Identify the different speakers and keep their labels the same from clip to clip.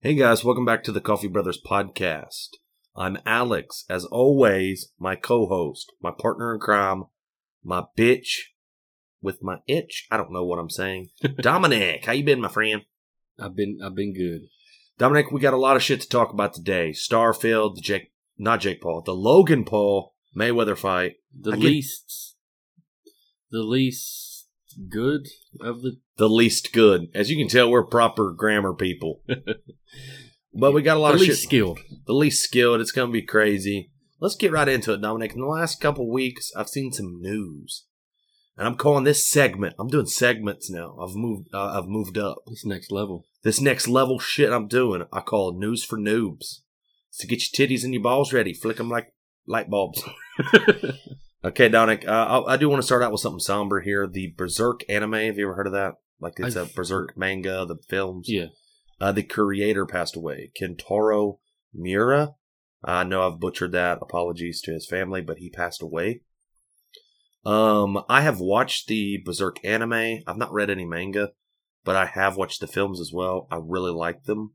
Speaker 1: Hey guys, welcome back to the Coffee Brothers podcast. I'm Alex, as always, my co-host, my partner in crime, my bitch with my itch. I don't know what I'm saying. Dominic, how you been, my friend?
Speaker 2: I've been I've been good.
Speaker 1: Dominic, we got a lot of shit to talk about today. Starfield, the Jake, not Jake Paul, the Logan Paul Mayweather fight.
Speaker 2: The
Speaker 1: I get-
Speaker 2: least the least good of the
Speaker 1: The least good, as you can tell, we're proper grammar people. but we got a lot
Speaker 2: the
Speaker 1: of shit.
Speaker 2: least skilled.
Speaker 1: the least skilled. It's going to be crazy. Let's get right into it, Dominic. In the last couple weeks, I've seen some news, and I'm calling this segment. I'm doing segments now. I've moved. Uh, I've moved up.
Speaker 2: It's next level.
Speaker 1: This next level shit I'm doing, I call news for noobs. It's to get your titties and your balls ready. Flick them like light bulbs. okay, Dominic. Uh, I, I do want to start out with something somber here. The Berserk anime. Have you ever heard of that? Like it's a
Speaker 2: I've-
Speaker 1: Berserk manga. The films.
Speaker 2: Yeah.
Speaker 1: Uh, the creator passed away, Kentaro Miura. I know I've butchered that. Apologies to his family, but he passed away. Um, I have watched the Berserk anime. I've not read any manga, but I have watched the films as well. I really like them.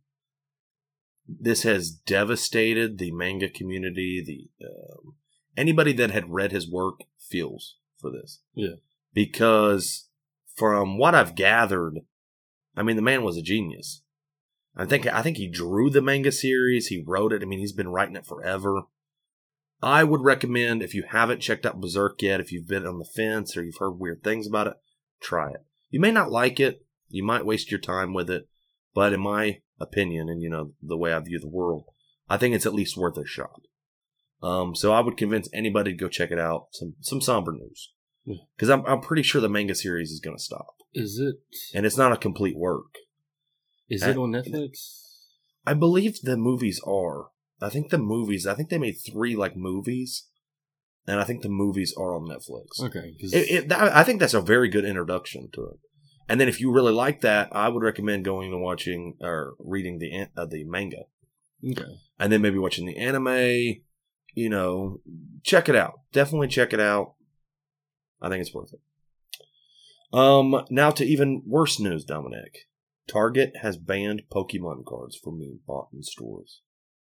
Speaker 1: This has devastated the manga community. The um, anybody that had read his work feels for this.
Speaker 2: Yeah.
Speaker 1: because from what I've gathered, I mean, the man was a genius. I think I think he drew the manga series. He wrote it. I mean, he's been writing it forever. I would recommend if you haven't checked out Berserk yet, if you've been on the fence or you've heard weird things about it, try it. You may not like it. You might waste your time with it, but in my opinion, and you know the way I view the world, I think it's at least worth a shot. Um, so I would convince anybody to go check it out. Some some somber news,
Speaker 2: Yeah.
Speaker 1: because I'm I'm pretty sure the manga series is going to stop,
Speaker 2: Is it
Speaker 1: and it's not a complete work.
Speaker 2: is
Speaker 1: Uh,
Speaker 2: it on Netflix?
Speaker 1: I believe the movies are. I think the movies. I think they made three like movies, and I think the movies are on Netflix.
Speaker 2: Okay, 'cause
Speaker 1: It, it, that, I think that's a very good introduction to it. And then if you really like that, I would recommend going and watching or reading the an- uh, the manga,
Speaker 2: okay.
Speaker 1: and then maybe watching the anime. You know, check it out. Definitely check it out. I think it's worth it. Um, now to even worse news, Dominic. Target has banned Pokemon cards from being bought in stores.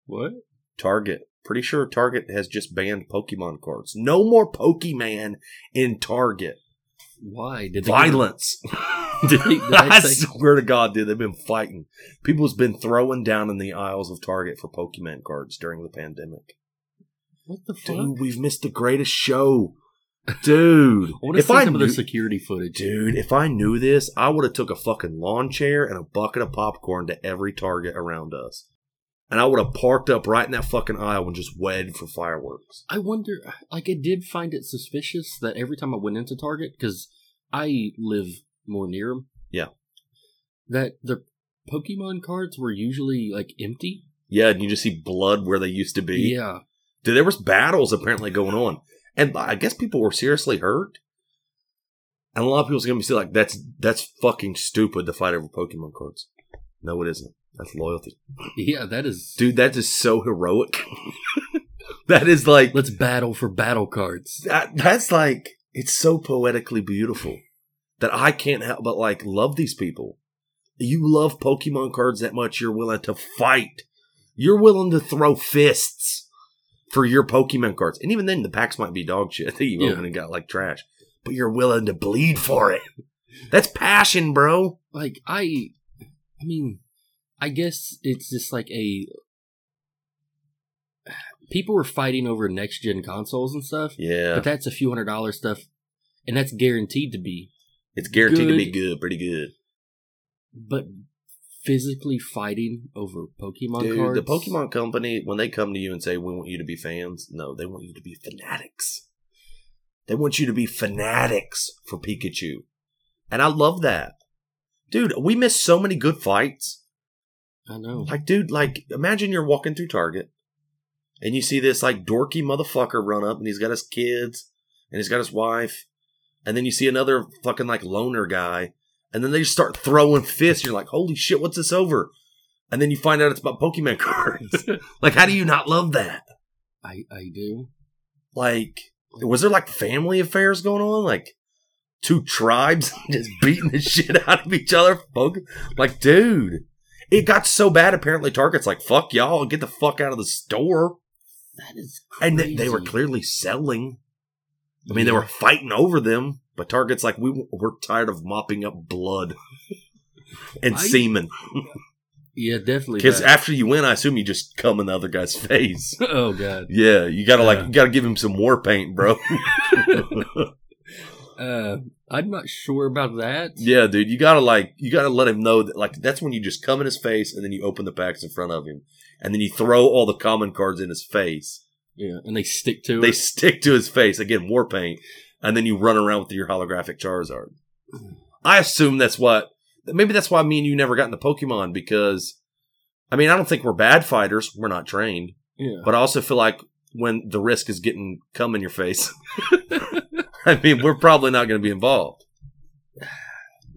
Speaker 2: What?
Speaker 1: Target. Pretty sure Target has just banned Pokemon cards. No more Pokemon in Target.
Speaker 2: Why did they
Speaker 1: Violence.
Speaker 2: Did they, did they
Speaker 1: I
Speaker 2: say,
Speaker 1: swear to God, dude, they've been fighting. People's been throwing down in the aisles of Target for Pokemon cards during the pandemic.
Speaker 2: what the fuck?
Speaker 1: Dude, we've missed the greatest show. Dude,
Speaker 2: I want to see some of
Speaker 1: knew-
Speaker 2: the security footage.
Speaker 1: dude, if I knew this, I would have took a fucking lawn chair and a bucket of popcorn to every Target around us, and I would have parked up right in that fucking aisle and just waited for fireworks.
Speaker 2: I wonder, like, I did find it suspicious that every time I went into Target, because I live more near them.
Speaker 1: Yeah.
Speaker 2: That the Pokemon cards were usually, like, empty.
Speaker 1: Yeah, and you just see blood where they used to be.
Speaker 2: Yeah.
Speaker 1: Dude, there was battles apparently going on. And I guess people were seriously hurt. And a lot of people's gonna be like, that's that's fucking stupid to fight over Pokemon cards. No, it isn't. That's loyalty.
Speaker 2: Yeah, that is.
Speaker 1: Dude, that is so heroic. that is like
Speaker 2: Let's battle for battle cards.
Speaker 1: that, that's like it's so poetically beautiful that I can't help but like love these people. You love Pokemon cards that much, you're willing to fight. You're willing to throw fists for your Pokemon cards. And even then, the packs might be dog shit. I think you
Speaker 2: Yeah.
Speaker 1: opened and got like trash, but you're willing to bleed for it. That's passion, bro.
Speaker 2: Like, I. I mean, I guess it's just like a. People were fighting over next gen consoles and stuff,
Speaker 1: Yeah.
Speaker 2: but that's a few hundred dollar stuff, and that's guaranteed to be.
Speaker 1: It's guaranteed to be
Speaker 2: Good.
Speaker 1: good, pretty good.
Speaker 2: but physically fighting over Pokemon
Speaker 1: Dude,
Speaker 2: cards.
Speaker 1: the Pokemon company, when they come to you and say, we want you to be fans, no, they want you to be fanatics. They want you to be fanatics for Pikachu. And I love that. Dude, we miss so many good fights.
Speaker 2: I know.
Speaker 1: Like, dude, like, imagine you're walking through Target and you see this, like, dorky motherfucker run up and he's got his kids and he's got his wife. And then you see another fucking, like, loner guy. And then they just start throwing fists. You're like, holy shit, what's this over? And then you find out it's about Pokemon cards. Like, how do you not love that?
Speaker 2: I I do.
Speaker 1: Like, was there like family affairs going on? Like, two tribes just beating the shit out of each other? for Poke- Like, dude, It got so bad, apparently, Target's like, fuck y'all, get the fuck out of the store.
Speaker 2: That is crazy.
Speaker 1: And they, they were clearly selling. I mean, they were fighting over them, but Target's like, we, we're tired of mopping up blood and
Speaker 2: I-
Speaker 1: semen.
Speaker 2: Yeah, definitely.
Speaker 1: Because
Speaker 2: that.
Speaker 1: after you win, I assume you just cum in the other guy's face.
Speaker 2: oh god.
Speaker 1: Yeah, you gotta like,
Speaker 2: Yeah.
Speaker 1: you gotta give him some war paint, bro.
Speaker 2: Uh, I'm not sure about that.
Speaker 1: yeah, dude, you gotta like, you gotta let him know that like that's when you just cum in his face, and then you open the packs in front of him, and then you throw all the common cards in his face.
Speaker 2: Yeah, and they stick to
Speaker 1: They
Speaker 2: it.
Speaker 1: stick to his face again, war paint, and then you run around with your holographic Charizard. I assume that's what. Maybe that's why me and you never got into Pokemon because, I mean, I don't think we're bad fighters. We're not trained.
Speaker 2: Yeah.
Speaker 1: But I also feel like when the risk is getting cum in your face, I mean, we're probably not going to be involved.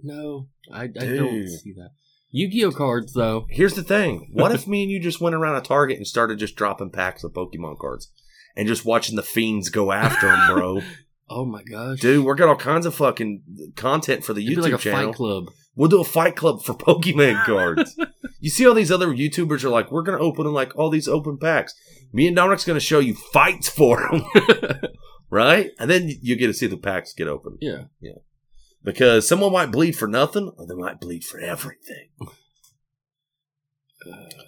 Speaker 2: No, I, I don't
Speaker 1: Dude.
Speaker 2: see that. Yu-Gi-Oh cards though.
Speaker 1: Here's the thing what if me and you just went around a Target and started just dropping packs of Pokemon cards and just watching the fiends go after them, bro?
Speaker 2: Oh my gosh.
Speaker 1: Dude, we're got all kinds of fucking content for the
Speaker 2: It'd be
Speaker 1: YouTube
Speaker 2: like a
Speaker 1: channel.
Speaker 2: fight club.
Speaker 1: We'll do a fight club for Pokemon cards. you see, all these other YouTubers are like, we're going to open like all these open packs. Me and Dominic's going to show you fights for them, right? And then you get to see the packs get opened.
Speaker 2: yeah.
Speaker 1: because someone might bleed for nothing or they might bleed for everything.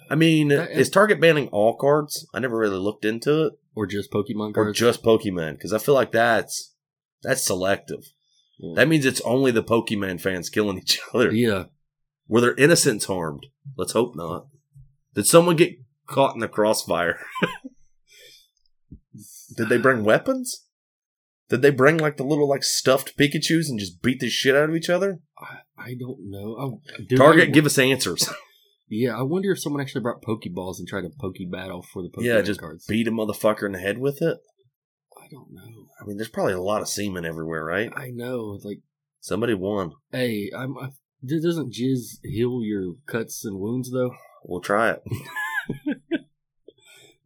Speaker 1: I mean,
Speaker 2: That-
Speaker 1: is Target banning all cards? I never really looked into it,
Speaker 2: Or just Pokemon
Speaker 1: or
Speaker 2: cards.
Speaker 1: just Pokemon, because I feel like that's that's selective.
Speaker 2: Yeah.
Speaker 1: That means it's only the Pokemon fans killing each other.
Speaker 2: yeah.
Speaker 1: Were their innocence harmed? Let's hope not. Did someone get caught in the crossfire? Did they bring weapons? Did they bring like the little like stuffed Pikachu's and just beat the shit out of each other?
Speaker 2: I, I don't know. I, dude,
Speaker 1: Target,
Speaker 2: I-
Speaker 1: give us answers.
Speaker 2: Yeah, I wonder if someone actually brought Pokeballs and tried to Poke battle for the Pokemon
Speaker 1: Yeah, just
Speaker 2: cards.
Speaker 1: Beat a motherfucker in the head with it.
Speaker 2: I don't know.
Speaker 1: I mean, there's probably a lot of semen everywhere, right?
Speaker 2: I know. Like,
Speaker 1: Somebody won.
Speaker 2: hey, I'm. I, dude, doesn't jizz heal your cuts and wounds though?
Speaker 1: We'll try it.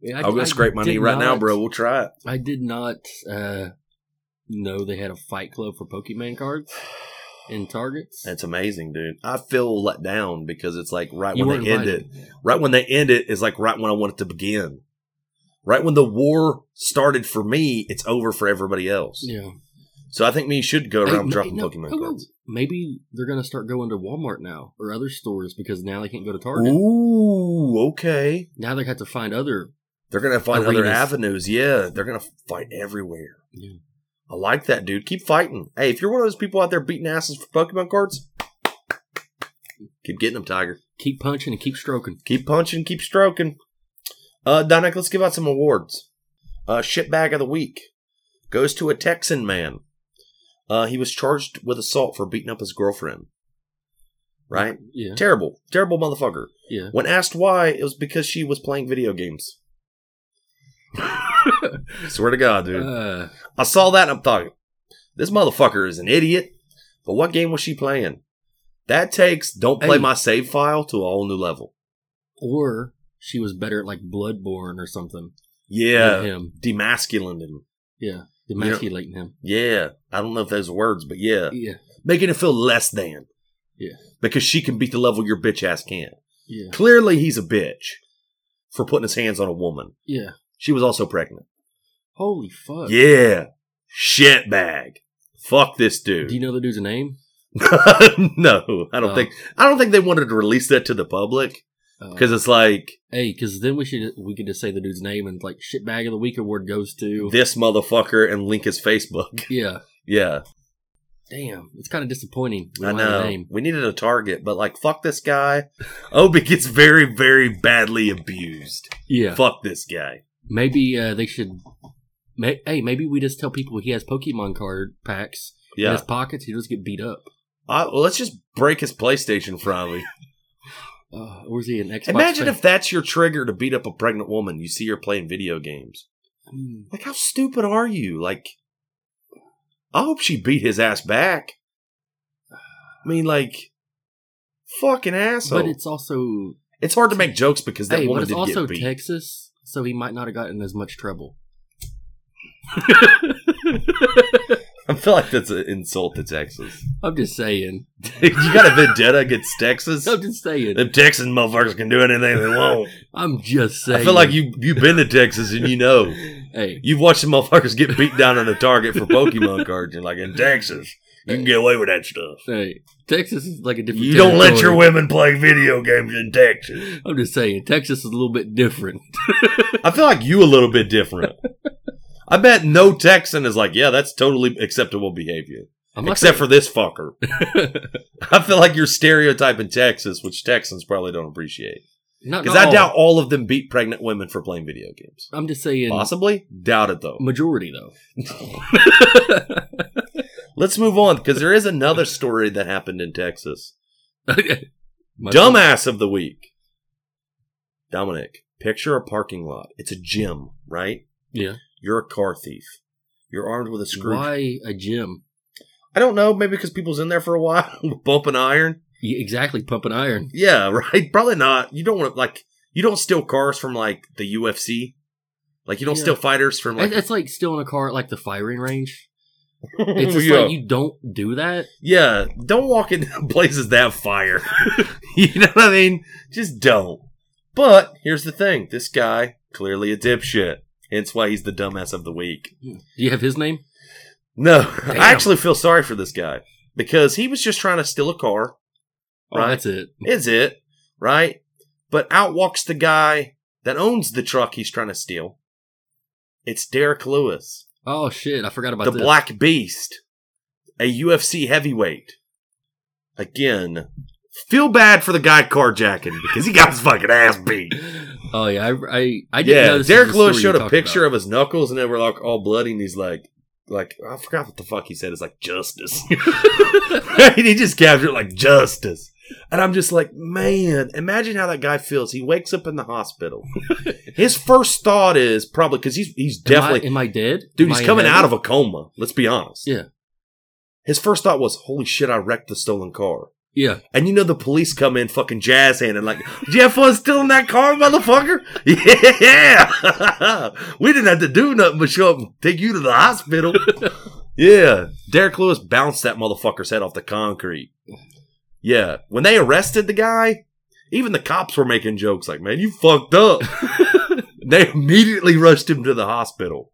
Speaker 2: Yeah, I,
Speaker 1: I, will go
Speaker 2: I
Speaker 1: scrape my
Speaker 2: did
Speaker 1: knee right now,
Speaker 2: not-
Speaker 1: bro. We'll try it.
Speaker 2: I did not uh, know they had a fight club for Pokemon cards in Targets.
Speaker 1: That's amazing, dude. I feel let down because it's like right
Speaker 2: You
Speaker 1: when
Speaker 2: weren't
Speaker 1: they end it.
Speaker 2: invited.
Speaker 1: Right when they end it is like right when I want it to begin. Right when the war started for me, it's over for everybody else.
Speaker 2: Yeah.
Speaker 1: So I think me should go
Speaker 2: Hey,
Speaker 1: around
Speaker 2: ma-
Speaker 1: dropping
Speaker 2: no,
Speaker 1: Pokemon
Speaker 2: no, no.
Speaker 1: cards.
Speaker 2: Maybe they're gonna start going to Walmart now or other stores because now they can't go to Target.
Speaker 1: Ooh, okay.
Speaker 2: Now they have to find other.
Speaker 1: They're gonna find other
Speaker 2: Arenas.
Speaker 1: avenues. Yeah, they're gonna fight everywhere.
Speaker 2: Yeah.
Speaker 1: I like that, dude. Keep fighting. Hey, if you're one of those people out there beating asses for Pokemon cards, keep getting them, Tiger.
Speaker 2: Keep punching and keep stroking.
Speaker 1: Keep punching, keep stroking. Uh, Donick, let's give out some awards. Uh, shitbag of the week goes to a Texan man. Uh, he was charged with assault for beating up his girlfriend. Right?
Speaker 2: Yeah.
Speaker 1: Terrible, terrible motherfucker.
Speaker 2: Yeah.
Speaker 1: When asked why, it was because she was playing video games. Swear to God, dude.
Speaker 2: Uh,
Speaker 1: I saw that and I'm talking, this motherfucker is an idiot. But what game was she playing? That takes don't play
Speaker 2: Hey.
Speaker 1: my save file to a whole new level.
Speaker 2: or she was better at like Bloodborne or something. than
Speaker 1: Yeah.
Speaker 2: him
Speaker 1: Demasculined him.
Speaker 2: demasculating him.
Speaker 1: Yeah. I don't know if those are words, but yeah.
Speaker 2: Yeah.
Speaker 1: Making it feel less than.
Speaker 2: Yeah.
Speaker 1: Because she can beat the level your bitch ass can.
Speaker 2: Yeah.
Speaker 1: Clearly he's a bitch for putting his hands on a woman.
Speaker 2: Yeah.
Speaker 1: She was also pregnant.
Speaker 2: Holy fuck.
Speaker 1: Yeah. Shitbag. Fuck this dude.
Speaker 2: Do you know the dude's name?
Speaker 1: no, I don't
Speaker 2: Oh.
Speaker 1: think I don't think they wanted to release that to the public
Speaker 2: Uh,
Speaker 1: because it's like
Speaker 2: hey, because then we should we could just say the dude's name and like shitbag of the week award goes to.
Speaker 1: this motherfucker and link his Facebook.
Speaker 2: yeah.
Speaker 1: Yeah,
Speaker 2: Damn, it's kind of disappointing. we
Speaker 1: I
Speaker 2: don't have a
Speaker 1: know. We needed a target, but like fuck this guy. Obi gets very, very badly abused.
Speaker 2: Yeah.
Speaker 1: Fuck this guy.
Speaker 2: Maybe uh, they should. May, hey, maybe we just tell people he has Pokemon card packs in
Speaker 1: Yeah,
Speaker 2: his pockets. He just get beat up.
Speaker 1: I, well, let's just break his PlayStation finally.
Speaker 2: Uh, or is he an Xbox?
Speaker 1: Imagine
Speaker 2: fan?
Speaker 1: if that's your trigger to beat up a pregnant woman. You see her playing video games.
Speaker 2: Hmm,
Speaker 1: Like, how stupid are you? Like, I hope she beat his ass back. I mean, like, fucking asshole.
Speaker 2: but
Speaker 1: It's,
Speaker 2: it's also
Speaker 1: hard to make jokes because that
Speaker 2: hey, but
Speaker 1: woman
Speaker 2: it's
Speaker 1: did
Speaker 2: also
Speaker 1: get beat.
Speaker 2: Texas, so he might not have gotten as much trouble.
Speaker 1: I feel like that's an insult to Texas.
Speaker 2: I'm just saying.
Speaker 1: you got a vendetta against Texas?
Speaker 2: I'm just saying.
Speaker 1: Them Texan motherfuckers can do anything they want.
Speaker 2: I'm just saying.
Speaker 1: I feel like you you've been to Texas and you know
Speaker 2: Hey,
Speaker 1: you've watched the motherfuckers get beat down on a target for Pokemon cards. You're like in Texas, you can get away with that stuff.
Speaker 2: hey, Texas is like a different.
Speaker 1: You don't let your
Speaker 2: territory.
Speaker 1: women play video games in Texas.
Speaker 2: I'm just saying, Texas is a little bit different.
Speaker 1: I feel like you a little bit different. I bet no Texan is like, yeah, that's totally acceptable behavior,
Speaker 2: I'm not
Speaker 1: except for this fucker. I feel like you're stereotyping Texas, which Texans probably don't appreciate.
Speaker 2: not
Speaker 1: Because
Speaker 2: not
Speaker 1: I
Speaker 2: all.
Speaker 1: doubt all of them beat pregnant women for playing video games.
Speaker 2: I'm just saying,
Speaker 1: Possibly? Doubt it though.
Speaker 2: majority though.
Speaker 1: Let's move on because there is another story that happened in Texas.
Speaker 2: My-
Speaker 1: Dumbass of the week. Dominic, picture a parking lot. It's a gym, right?
Speaker 2: Yeah.
Speaker 1: You're a car thief. You're armed with a screw.
Speaker 2: Why a gym?
Speaker 1: I don't know. Maybe because people's in there for a while, bumping iron.
Speaker 2: Yeah, exactly, pumping iron.
Speaker 1: Yeah, right. Probably not. You don't want to like. You don't steal cars from like the UFC. Like you don't
Speaker 2: Yeah.
Speaker 1: steal fighters from like.
Speaker 2: That's that's like stealing a car at like the firing range. It's just
Speaker 1: yeah.
Speaker 2: like you don't do that.
Speaker 1: yeah, don't walk into places that have fire. you know what I mean? Just don't. But here's the thing: this guy clearly a dipshit. Hence why he's the dumbass of the week.
Speaker 2: Do you have his name?
Speaker 1: No,
Speaker 2: Damn.
Speaker 1: I actually feel sorry for this guy because he was just trying to steal a car.
Speaker 2: Oh,
Speaker 1: Right.
Speaker 2: that's it.
Speaker 1: Is it right? But out walks the guy that owns the truck he's trying to steal. It's Derek Lewis,
Speaker 2: Oh shit, I forgot about
Speaker 1: the
Speaker 2: this.
Speaker 1: Black Beast, a UFC heavyweight. Again, feel bad for the guy carjacking because he got his fucking ass beat.
Speaker 2: Oh yeah, I I, I didn't know
Speaker 1: Yeah,
Speaker 2: this was
Speaker 1: Derek
Speaker 2: the
Speaker 1: Lewis
Speaker 2: story you
Speaker 1: showed a
Speaker 2: talked
Speaker 1: picture
Speaker 2: about.
Speaker 1: of his knuckles, and they were like all bloody, and he's like, like I forgot what the fuck he said. It's like justice. and he just captured it like justice. And I'm just like, man, imagine how that guy feels. He wakes up in the hospital. his first thought is probably because he's he's definitely
Speaker 2: Am I, am I dead,
Speaker 1: dude.
Speaker 2: Am
Speaker 1: He's
Speaker 2: I in
Speaker 1: coming
Speaker 2: heaven?
Speaker 1: out of a coma. Let's be honest.
Speaker 2: Yeah.
Speaker 1: His first thought was, holy shit, I wrecked the stolen car.
Speaker 2: Yeah,
Speaker 1: And you know the police come in fucking jazz handing like, "Did you have fun stealing that car, motherfucker? Yeah, we didn't have to do nothing but show up and take you to the hospital." yeah, Derek Lewis bounced that motherfucker's head off the concrete. Yeah, when they arrested the guy, even the cops were making jokes like, "Man, you fucked up." they immediately rushed him to the hospital,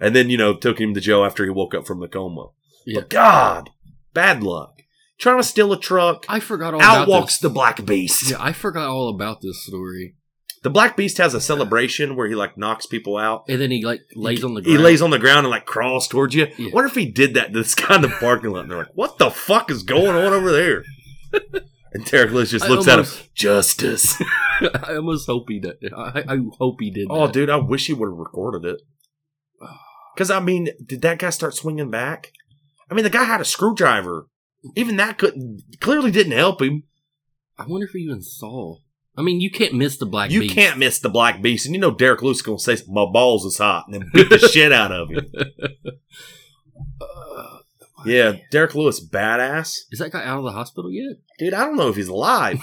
Speaker 1: and then you know took him to jail after he woke up from the coma.
Speaker 2: Yeah.
Speaker 1: But God, bad luck. Trying to steal a truck
Speaker 2: I forgot all
Speaker 1: out
Speaker 2: about
Speaker 1: walks
Speaker 2: this.
Speaker 1: the Black Beast.
Speaker 2: Yeah, I forgot all about this story.
Speaker 1: The Black Beast has a celebration where he like knocks people out.
Speaker 2: And then he like lays on the ground.
Speaker 1: He lays on the ground and like crawls towards you.
Speaker 2: Yeah.
Speaker 1: Wonder if he did that to this guy in the parking lot. And they're like, "What the fuck is going on over there?" And Derek Lewis just
Speaker 2: I
Speaker 1: looks at him.
Speaker 2: almost-
Speaker 1: Justice.
Speaker 2: I almost hope he did. I, I hope he did.
Speaker 1: oh,
Speaker 2: that.
Speaker 1: dude, I wish he would have recorded it. Because I mean, did that guy start swinging back? I mean, the guy had a screwdriver. Even that couldn't clearly didn't help him.
Speaker 2: I wonder if he even saw. I mean, you can't miss the black.
Speaker 1: you
Speaker 2: Beast.
Speaker 1: can't miss the black beast, and you know Derek Lewis is gonna say my balls is hot and then beat the shit out of you.
Speaker 2: Uh,
Speaker 1: Yeah, Derek Lewis badass.
Speaker 2: is that guy out of the hospital yet?
Speaker 1: Dude, I don't know if he's alive.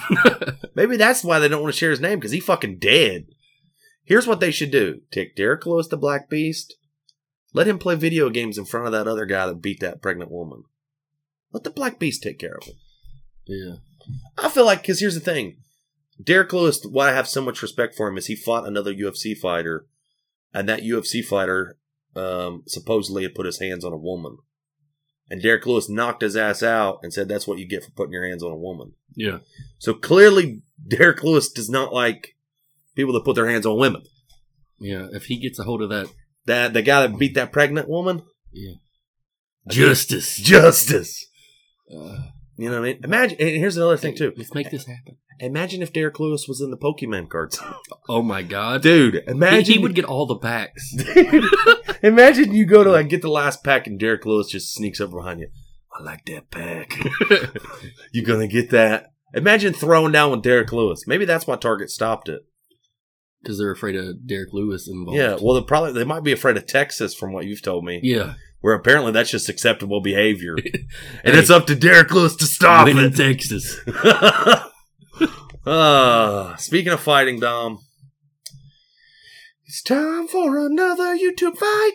Speaker 1: Maybe that's why they don't want to share his name because he fucking dead. Here's what they should do: take Derek Lewis, the Black Beast, let him play video games in front of that other guy that beat that pregnant woman. Let the Black Beast take care of him.
Speaker 2: Yeah.
Speaker 1: I feel like because here's the thing, Derek Lewis. Why I have so much respect for him is he fought another UFC fighter, and that UFC fighter um, supposedly had put his hands on a woman, and Derek Lewis knocked his ass out and said that's what you get for putting your hands on a woman.
Speaker 2: Yeah.
Speaker 1: So clearly, Derek Lewis does not like people that put their hands on women.
Speaker 2: Yeah. If he gets a hold of that
Speaker 1: That the guy that beat that pregnant woman,
Speaker 2: justice,
Speaker 1: justice.
Speaker 2: uh,
Speaker 1: You know what I mean? Imagine. And here's another thing too.
Speaker 2: Let's make this happen.
Speaker 1: Imagine if Derek Lewis was in the Pokemon cards,
Speaker 2: Oh my god.
Speaker 1: dude.
Speaker 2: He,
Speaker 1: Imagine
Speaker 2: he would get all the packs.
Speaker 1: Imagine you go to like get the last pack and Derek Lewis just sneaks up behind you. I like that pack. you gonna get that? Imagine throwing down with Derek Lewis. Maybe that's why Target stopped it.
Speaker 2: Because they're afraid of Derek Lewis involved.
Speaker 1: Yeah. Well, they probably they might be afraid of Texas from what you've told me,
Speaker 2: Yeah.
Speaker 1: where apparently that's just acceptable behavior, and
Speaker 2: Hey.
Speaker 1: it's up to Derek Lewis to stop
Speaker 2: Win in
Speaker 1: it.
Speaker 2: Texas.
Speaker 1: Ah, speaking of fighting, Dom, it's time for another YouTube fight.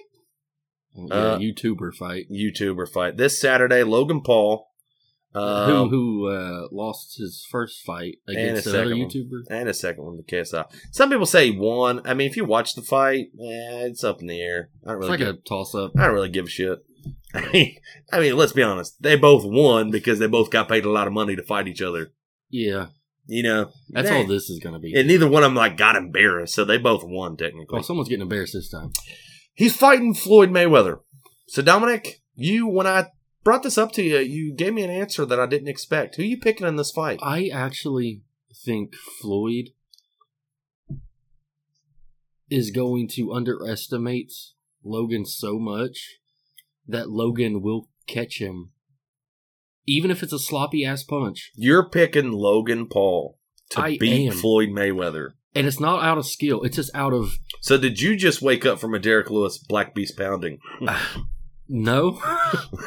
Speaker 2: Yeah,
Speaker 1: Uh,
Speaker 2: YouTuber fight.
Speaker 1: YouTuber fight this Saturday. Logan Paul,
Speaker 2: who
Speaker 1: um,
Speaker 2: who uh, lost his first fight against
Speaker 1: his
Speaker 2: another
Speaker 1: second one.
Speaker 2: YouTuber?
Speaker 1: and a second one to KSI. Some people say he won. I mean, if you watch the fight, eh, it's up in the air. I don't
Speaker 2: It's
Speaker 1: really,
Speaker 2: like
Speaker 1: give,
Speaker 2: a toss up.
Speaker 1: I don't really give a shit. I mean, I mean, let's be honest. They both won because they both got paid a lot of money to fight each other.
Speaker 2: Yeah,
Speaker 1: You know,
Speaker 2: that's
Speaker 1: They-
Speaker 2: all this is going to be.
Speaker 1: And neither one of them like got embarrassed, so they both won technically.
Speaker 2: oh, someone's getting embarrassed this time.
Speaker 1: He's fighting Floyd Mayweather. So Dominic, you when I brought this up to you, you gave me an answer that I didn't expect. Who you picking in this fight?
Speaker 2: I actually think Floyd is going to underestimate Logan so much that Logan will catch him, even if it's a sloppy ass punch.
Speaker 1: You're picking Logan Paul to
Speaker 2: I
Speaker 1: beat
Speaker 2: am.
Speaker 1: Floyd Mayweather.
Speaker 2: And it's not out of skill; it's just out of
Speaker 1: So did you just wake up from a Derek Lewis Black Beast pounding?
Speaker 2: no.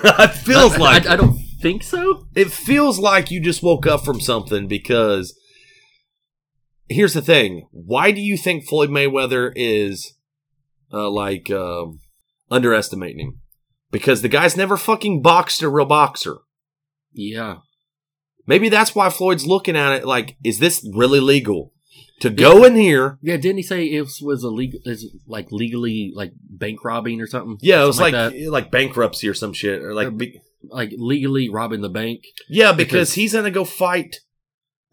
Speaker 1: it feels
Speaker 2: I-
Speaker 1: like
Speaker 2: I, I don't think so.
Speaker 1: it feels like you just woke up from something because here's the thing why do you think floyd mayweather is uh, like um, underestimating him because the guy's never fucking boxed a real boxer
Speaker 2: Yeah,
Speaker 1: maybe that's why floyd's looking at it like is this really legal to go in here
Speaker 2: yeah. Didn't he say it was illegal? Is like legally like bank robbing or something?
Speaker 1: yeah it was like
Speaker 2: Something
Speaker 1: like,
Speaker 2: that.
Speaker 1: bankruptcy or some shit or like
Speaker 2: Um,
Speaker 1: be-
Speaker 2: like legally robbing the bank.
Speaker 1: yeah because,
Speaker 2: because-
Speaker 1: he's gonna go fight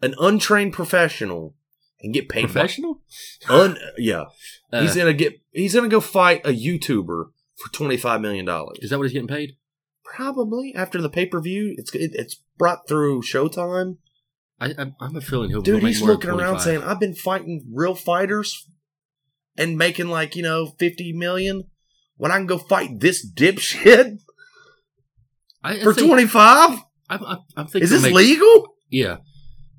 Speaker 1: an untrained professional and get paid by-
Speaker 2: Professional?
Speaker 1: un yeah
Speaker 2: Uh,
Speaker 1: he's gonna get. He's gonna go fight a YouTuber for twenty five million dollars.
Speaker 2: is that what he's getting paid?
Speaker 1: Probably after the pay per view. It's it, it's brought through Showtime.
Speaker 2: I, I, I'm a feeling he'll
Speaker 1: Dude,
Speaker 2: make
Speaker 1: he's
Speaker 2: more than
Speaker 1: looking around
Speaker 2: 25.
Speaker 1: saying, "I've been fighting real fighters and making like you know fifty million when I can go fight this dipshit
Speaker 2: I, I
Speaker 1: for
Speaker 2: think-
Speaker 1: twenty five.
Speaker 2: I'm, I'm, I'm thinking
Speaker 1: Is
Speaker 2: he'll
Speaker 1: this
Speaker 2: make-
Speaker 1: legal?
Speaker 2: Yeah,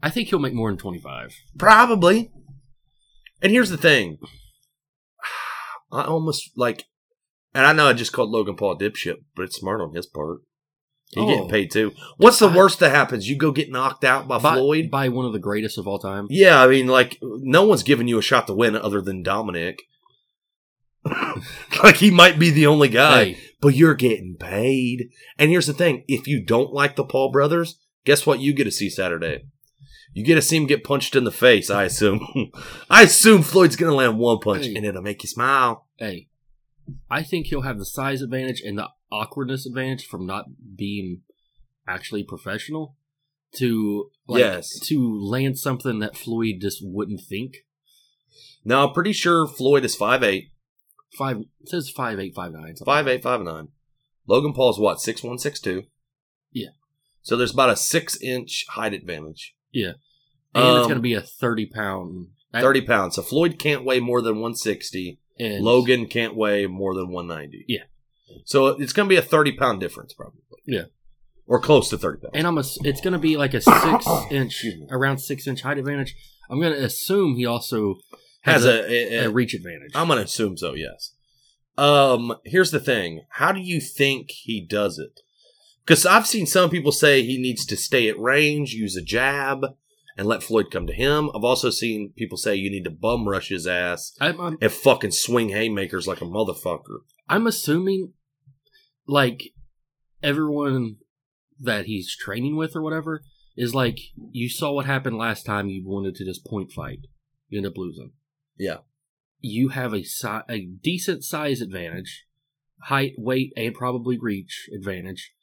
Speaker 2: I think he'll make more than 25.
Speaker 1: Probably." And here's the thing. I almost like, and I know I just called Logan Paul a dipshit, but it's smart on his part. He
Speaker 2: Oh.
Speaker 1: getting paid too. What's the
Speaker 2: I-
Speaker 1: worst that happens? You go get knocked out Uh, by,
Speaker 2: by,
Speaker 1: Floyd?
Speaker 2: by one of the greatest of all time.
Speaker 1: yeah, I mean, like, no one's giving you a shot to win other than Dominic. like, he might be the only guy,
Speaker 2: Hey,
Speaker 1: but you're getting paid. And here's the thing if you don't like the Paul brothers, guess what you get to see Saturday? You get to see him get punched in the face, I assume. I assume Floyd's going to land one punch
Speaker 2: Hey.
Speaker 1: and it'll make you smile.
Speaker 2: hey, I think he'll have the size advantage and the awkwardness advantage from not being actually professional to like,
Speaker 1: Yes.
Speaker 2: to land something that Floyd just wouldn't think.
Speaker 1: Now, I'm pretty sure Floyd is 5'8,
Speaker 2: Five it says five eight five nine.
Speaker 1: 5'8, 5'9. Logan Paul's what, 6'1, 6'2?
Speaker 2: Yeah.
Speaker 1: So there's about a six inch height advantage.
Speaker 2: Yeah. And it's
Speaker 1: Um,
Speaker 2: gonna be a thirty pound. that-
Speaker 1: 30 pounds. So Floyd can't weigh more than 160.
Speaker 2: and
Speaker 1: Logan can't weigh more than 190.
Speaker 2: Yeah.
Speaker 1: So it's going to be a 30 pound difference, probably.
Speaker 2: Yeah.
Speaker 1: Or close to 30 pounds.
Speaker 2: and I'm a, it's going to be like a six inch around six inch height advantage. I'm going to assume he also
Speaker 1: Has
Speaker 2: has,
Speaker 1: a,
Speaker 2: a,
Speaker 1: a-
Speaker 2: a
Speaker 1: a-
Speaker 2: reach advantage.
Speaker 1: I'm going to assume so, yes. Um, here's the thing. How do you think he does it? Because I've seen some people say he needs to stay at range, use a jab, and let Floyd come to him. I've also seen people say you need to bum rush his ass
Speaker 2: I'm, I'm
Speaker 1: and fucking swing haymakers like a motherfucker.
Speaker 2: I'm assuming like everyone that he's training with or whatever is like you saw what happened last time you wanted to just point fight you end up losing
Speaker 1: Yeah.
Speaker 2: you have a si- a decent size advantage height weight and probably reach advantage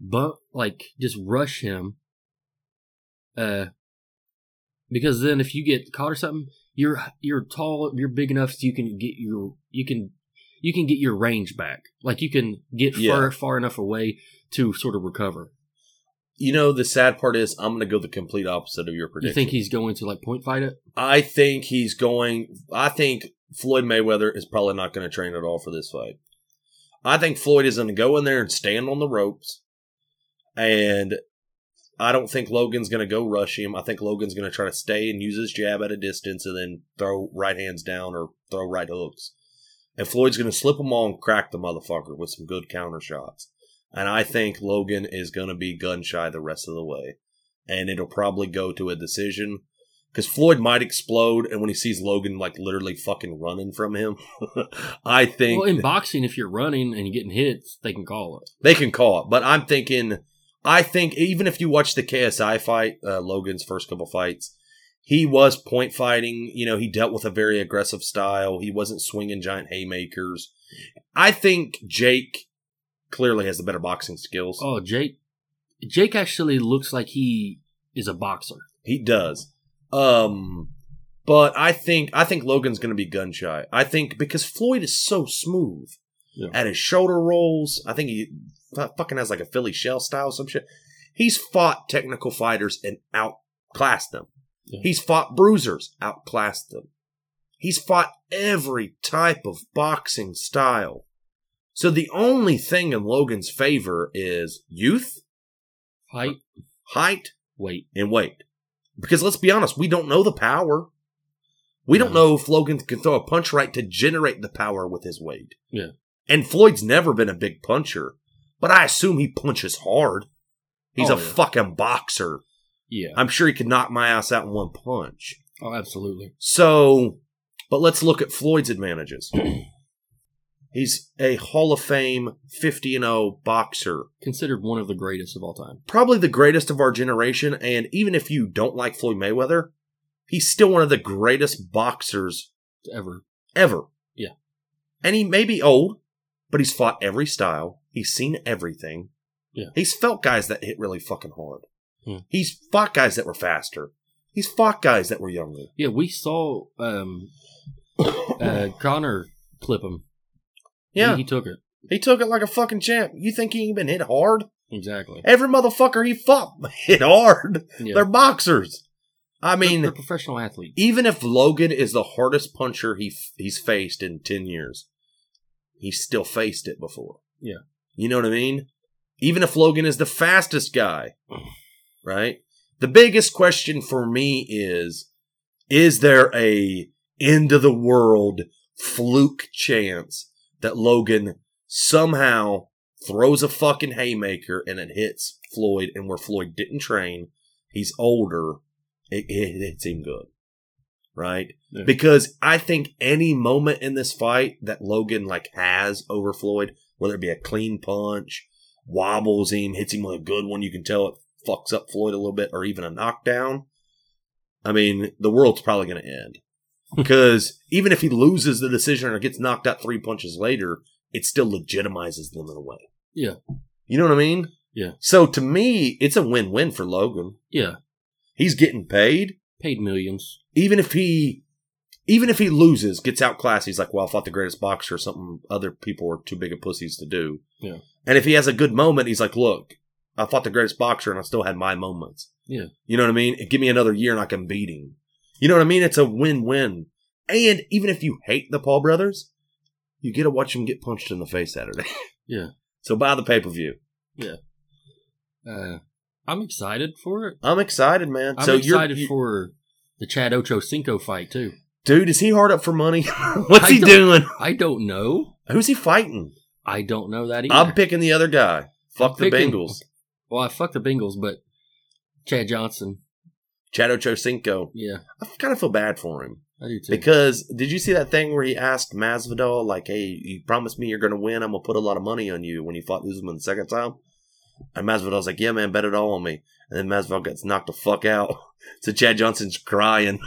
Speaker 2: but like just rush him uh because then if you get caught or something you're you're tall you're big enough so you can get your you can you can get your range back like you can get
Speaker 1: Yeah.
Speaker 2: far far enough away to sort of recover
Speaker 1: You know, the sad part is I'm going to go the complete opposite of your prediction.
Speaker 2: You think he's going to like point fight it?
Speaker 1: I think he's going. I think Floyd Mayweather is probably not going to train at all for this fight. I think Floyd is going to go in there and stand on the ropes, and I don't think Logan's going to go rush him. I think Logan's going to try to stay and use his jab at a distance, and then throw right hands down or throw right hooks. And Floyd's going to slip them all and crack the motherfucker with some good counter shots. And I think Logan is going to be gun shy the rest of the way, and it'll probably go to a decision because Floyd might explode, and when he sees Logan like literally fucking running from him, I think
Speaker 2: Well, in boxing, if you're running and you're getting hits, they can call it.
Speaker 1: they can call it. But I'm thinking, I think even if you watch the KSI fight, uh, Logan's first couple fights, he was point fighting. You know, he dealt with a very aggressive style. He wasn't swinging giant haymakers. I think Jake clearly has the better boxing skills.
Speaker 2: Oh, Jake. Jake actually looks like he is a boxer.
Speaker 1: He does. Um, but I think I think Logan's going to be gun shy. I think because Floyd is so smooth
Speaker 2: Yeah.
Speaker 1: at his shoulder rolls. I think he fu- fucking has like a Philly shell style, some shit. He's fought technical fighters and outclassed them.
Speaker 2: Yeah.
Speaker 1: He's fought bruisers, outclassed them. He's fought every type of boxing style. So the only thing in Logan's favor is youth,
Speaker 2: Height,
Speaker 1: height,
Speaker 2: weight.
Speaker 1: and wait. Because let's be honest, we don't know the power. We don't
Speaker 2: Mhm.
Speaker 1: know if Logan can throw a punch right to generate the power with his weight.
Speaker 2: Yeah.
Speaker 1: And Floyd's never been a big puncher, but I assume he punches hard. He's
Speaker 2: Oh,
Speaker 1: a
Speaker 2: yeah.
Speaker 1: fucking boxer.
Speaker 2: Yeah.
Speaker 1: I'm sure he could knock my ass out in one punch.
Speaker 2: Oh, absolutely.
Speaker 1: So, but let's look at Floyd's advantages. He's a Hall of Fame 50 and 0 boxer
Speaker 2: Considered one of the greatest of all time.
Speaker 1: probably the greatest of our generation. And even if you don't like Floyd Mayweather, he's still one of the greatest boxers
Speaker 2: Ever.
Speaker 1: ever.
Speaker 2: Yeah.
Speaker 1: And he may be old, but he's fought every style. He's seen everything.
Speaker 2: Yeah. Hmm.
Speaker 1: He's felt guys that hit really fucking hard.
Speaker 2: Yeah.
Speaker 1: He's fought guys that were faster. He's fought guys that were younger.
Speaker 2: Yeah, we saw um uh Connor clip him.
Speaker 1: yeah.
Speaker 2: He, he
Speaker 1: He,
Speaker 2: took it.
Speaker 1: took it like a fucking champ. You think he ain't been hit hard?
Speaker 2: Exactly.
Speaker 1: Every motherfucker he fought hit hard.
Speaker 2: Yeah.
Speaker 1: They're boxers. I mean,
Speaker 2: they're professional athletes.
Speaker 1: even if Logan is the hardest puncher he he's faced in 10 years, he's still faced it before.
Speaker 2: Yeah.
Speaker 1: You know what I mean? Even if Logan is the fastest guy, right? The biggest question for me is is there a end of the world fluke chance that Logan somehow throws a fucking haymaker and it hits Floyd and where Floyd didn't train, he's older, it, it hits him good right?
Speaker 2: Yeah.
Speaker 1: Because I think any moment in this fight that Logan like has over Floyd, whether it be a clean punch, wobbles him, hits him with a good one, you can tell it fucks up Floyd a little bit, or even a knockdown. I mean, the world's probably going to end because even if he loses the decision or gets knocked out three punches later, it still legitimizes them in a way.
Speaker 2: Yeah.
Speaker 1: you know what I mean.
Speaker 2: Yeah.
Speaker 1: So to me, it's a win-win for Logan.
Speaker 2: Yeah.
Speaker 1: He's getting paid
Speaker 2: Paid millions.
Speaker 1: even if he even if he loses, gets outclassed, he's like, "Well, I fought the greatest boxer." or Something other people are too big of pussies to do.
Speaker 2: Yeah.
Speaker 1: And if he has a good moment, he's like, "Look, I fought the greatest boxer, and I still had my moments."
Speaker 2: Yeah.
Speaker 1: You know what I mean? Give me another year, and I can beat him. You know what I mean? It's a win-win. And even if you hate the Paul brothers, you get to watch them get punched in the face Saturday.
Speaker 2: Yeah.
Speaker 1: So buy the pay per view.
Speaker 2: Uh I'm excited for it.
Speaker 1: I'm excited, man.
Speaker 2: I'm
Speaker 1: so
Speaker 2: excited
Speaker 1: you're,
Speaker 2: for the Chad Ocho Cinco fight too.
Speaker 1: dude. Is he hard up for money? What's
Speaker 2: I
Speaker 1: he
Speaker 2: don't-
Speaker 1: doing?
Speaker 2: I don't know.
Speaker 1: Who's he fighting?
Speaker 2: I don't know that either.
Speaker 1: I'm picking the other guy. Fuck the
Speaker 2: picking-
Speaker 1: Bengals.
Speaker 2: well, I fucked the Bengals, but Chad Johnson.
Speaker 1: Chad Ochocinco.
Speaker 2: Yeah,
Speaker 1: I kind of feel bad for him
Speaker 2: I do too.
Speaker 1: because did you see that thing where he asked Masvidal like, "Hey, you promised me you're going to win. I'm gonna put a lot of money on you." When he fought Usman the second time, and Masvidal's like, "Yeah, man, bet it all on me." And then Masvidal gets knocked the fuck out. So Chad Johnson's crying.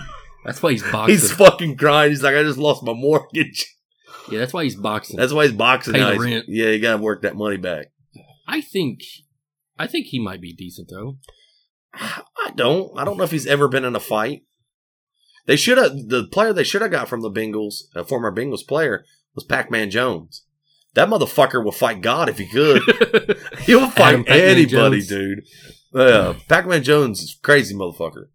Speaker 2: that's why he's boxing.
Speaker 1: He's fucking crying. He's like, "I just lost my mortgage."
Speaker 2: yeah, that's why he's boxing.
Speaker 1: That's why he's boxing
Speaker 2: Pay the
Speaker 1: now. He's-
Speaker 2: rent.
Speaker 1: Yeah, you got to work that money back.
Speaker 2: I think, I think he might be decent though.
Speaker 1: I don't. I don't know if he's ever been in a fight. They should have the player they should have got from the Bengals, a former Bengals player, was Pac-Man Jones. That motherfucker will fight God if he could. He'll
Speaker 2: Adam
Speaker 1: fight
Speaker 2: Pac-Man
Speaker 1: anybody,
Speaker 2: Jones.
Speaker 1: dude. Yeah, Pac-Man Jones is a crazy motherfucker.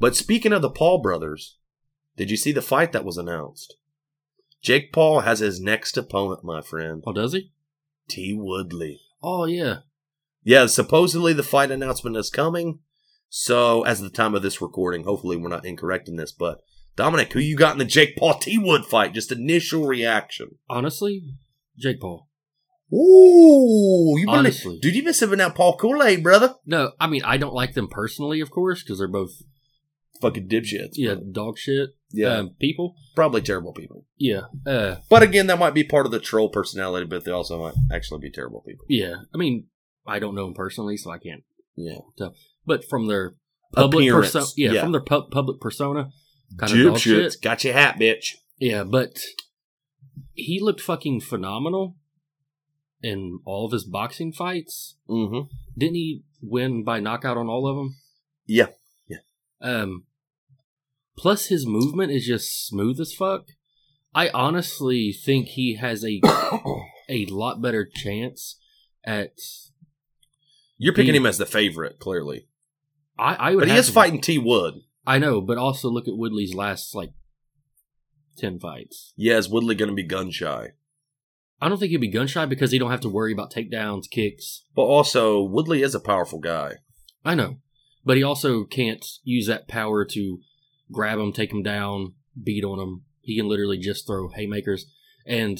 Speaker 1: But speaking of the Paul brothers, did you see the fight that was announced? Jake Paul has his next opponent, my friend,
Speaker 2: oh, does he?
Speaker 1: T. Woodley.
Speaker 2: Oh yeah,
Speaker 1: Yeah, supposedly the fight announcement is coming. So, as of the time of this recording, hopefully we're not incorrect in this, but Dominic, who you got in the Jake Paul T Wood fight? Just initial reaction.
Speaker 2: honestly, Jake Paul.
Speaker 1: Ooh, you been
Speaker 2: Honestly.
Speaker 1: dude, you've been sipping that Paul Kool Aid, brother.
Speaker 2: No, I mean I don't like them personally, of course, because they're both
Speaker 1: fucking dipshits.
Speaker 2: yeah,
Speaker 1: but-
Speaker 2: dog shit.
Speaker 1: yeah,
Speaker 2: um, people.
Speaker 1: probably terrible people.
Speaker 2: Yeah, uh,
Speaker 1: But again, that might be part of the troll personality, but they also might actually be terrible people.
Speaker 2: yeah. I mean, I don't know them personally, so I can't.
Speaker 1: Yeah,
Speaker 2: But from their public
Speaker 1: Appearance,
Speaker 2: persona, yeah,
Speaker 1: yeah.
Speaker 2: from their pub- public persona, kind of dog shit.
Speaker 1: dipshits, got your hat, bitch.
Speaker 2: Yeah, but he looked fucking phenomenal in all of his boxing fights.
Speaker 1: Mm-hmm.
Speaker 2: Didn't he win by knockout on all of them?
Speaker 1: Yeah, yeah.
Speaker 2: Um. Plus, his movement is just smooth as fuck. I honestly think he has a a lot better chance at.
Speaker 1: You're picking
Speaker 2: He-
Speaker 1: him as the favorite, clearly,
Speaker 2: I, I would.
Speaker 1: but he
Speaker 2: have
Speaker 1: is
Speaker 2: to-
Speaker 1: fighting T Wood.
Speaker 2: I know, but also look at Woodley's last like ten fights.
Speaker 1: Yeah, is Woodley going to be gun shy?
Speaker 2: I don't think he'd be gun shy because he don't have to worry about takedowns, kicks.
Speaker 1: But also, Woodley is a powerful guy.
Speaker 2: I know, but he also can't use that power to grab him, take him down, beat on him. He can literally just throw haymakers, and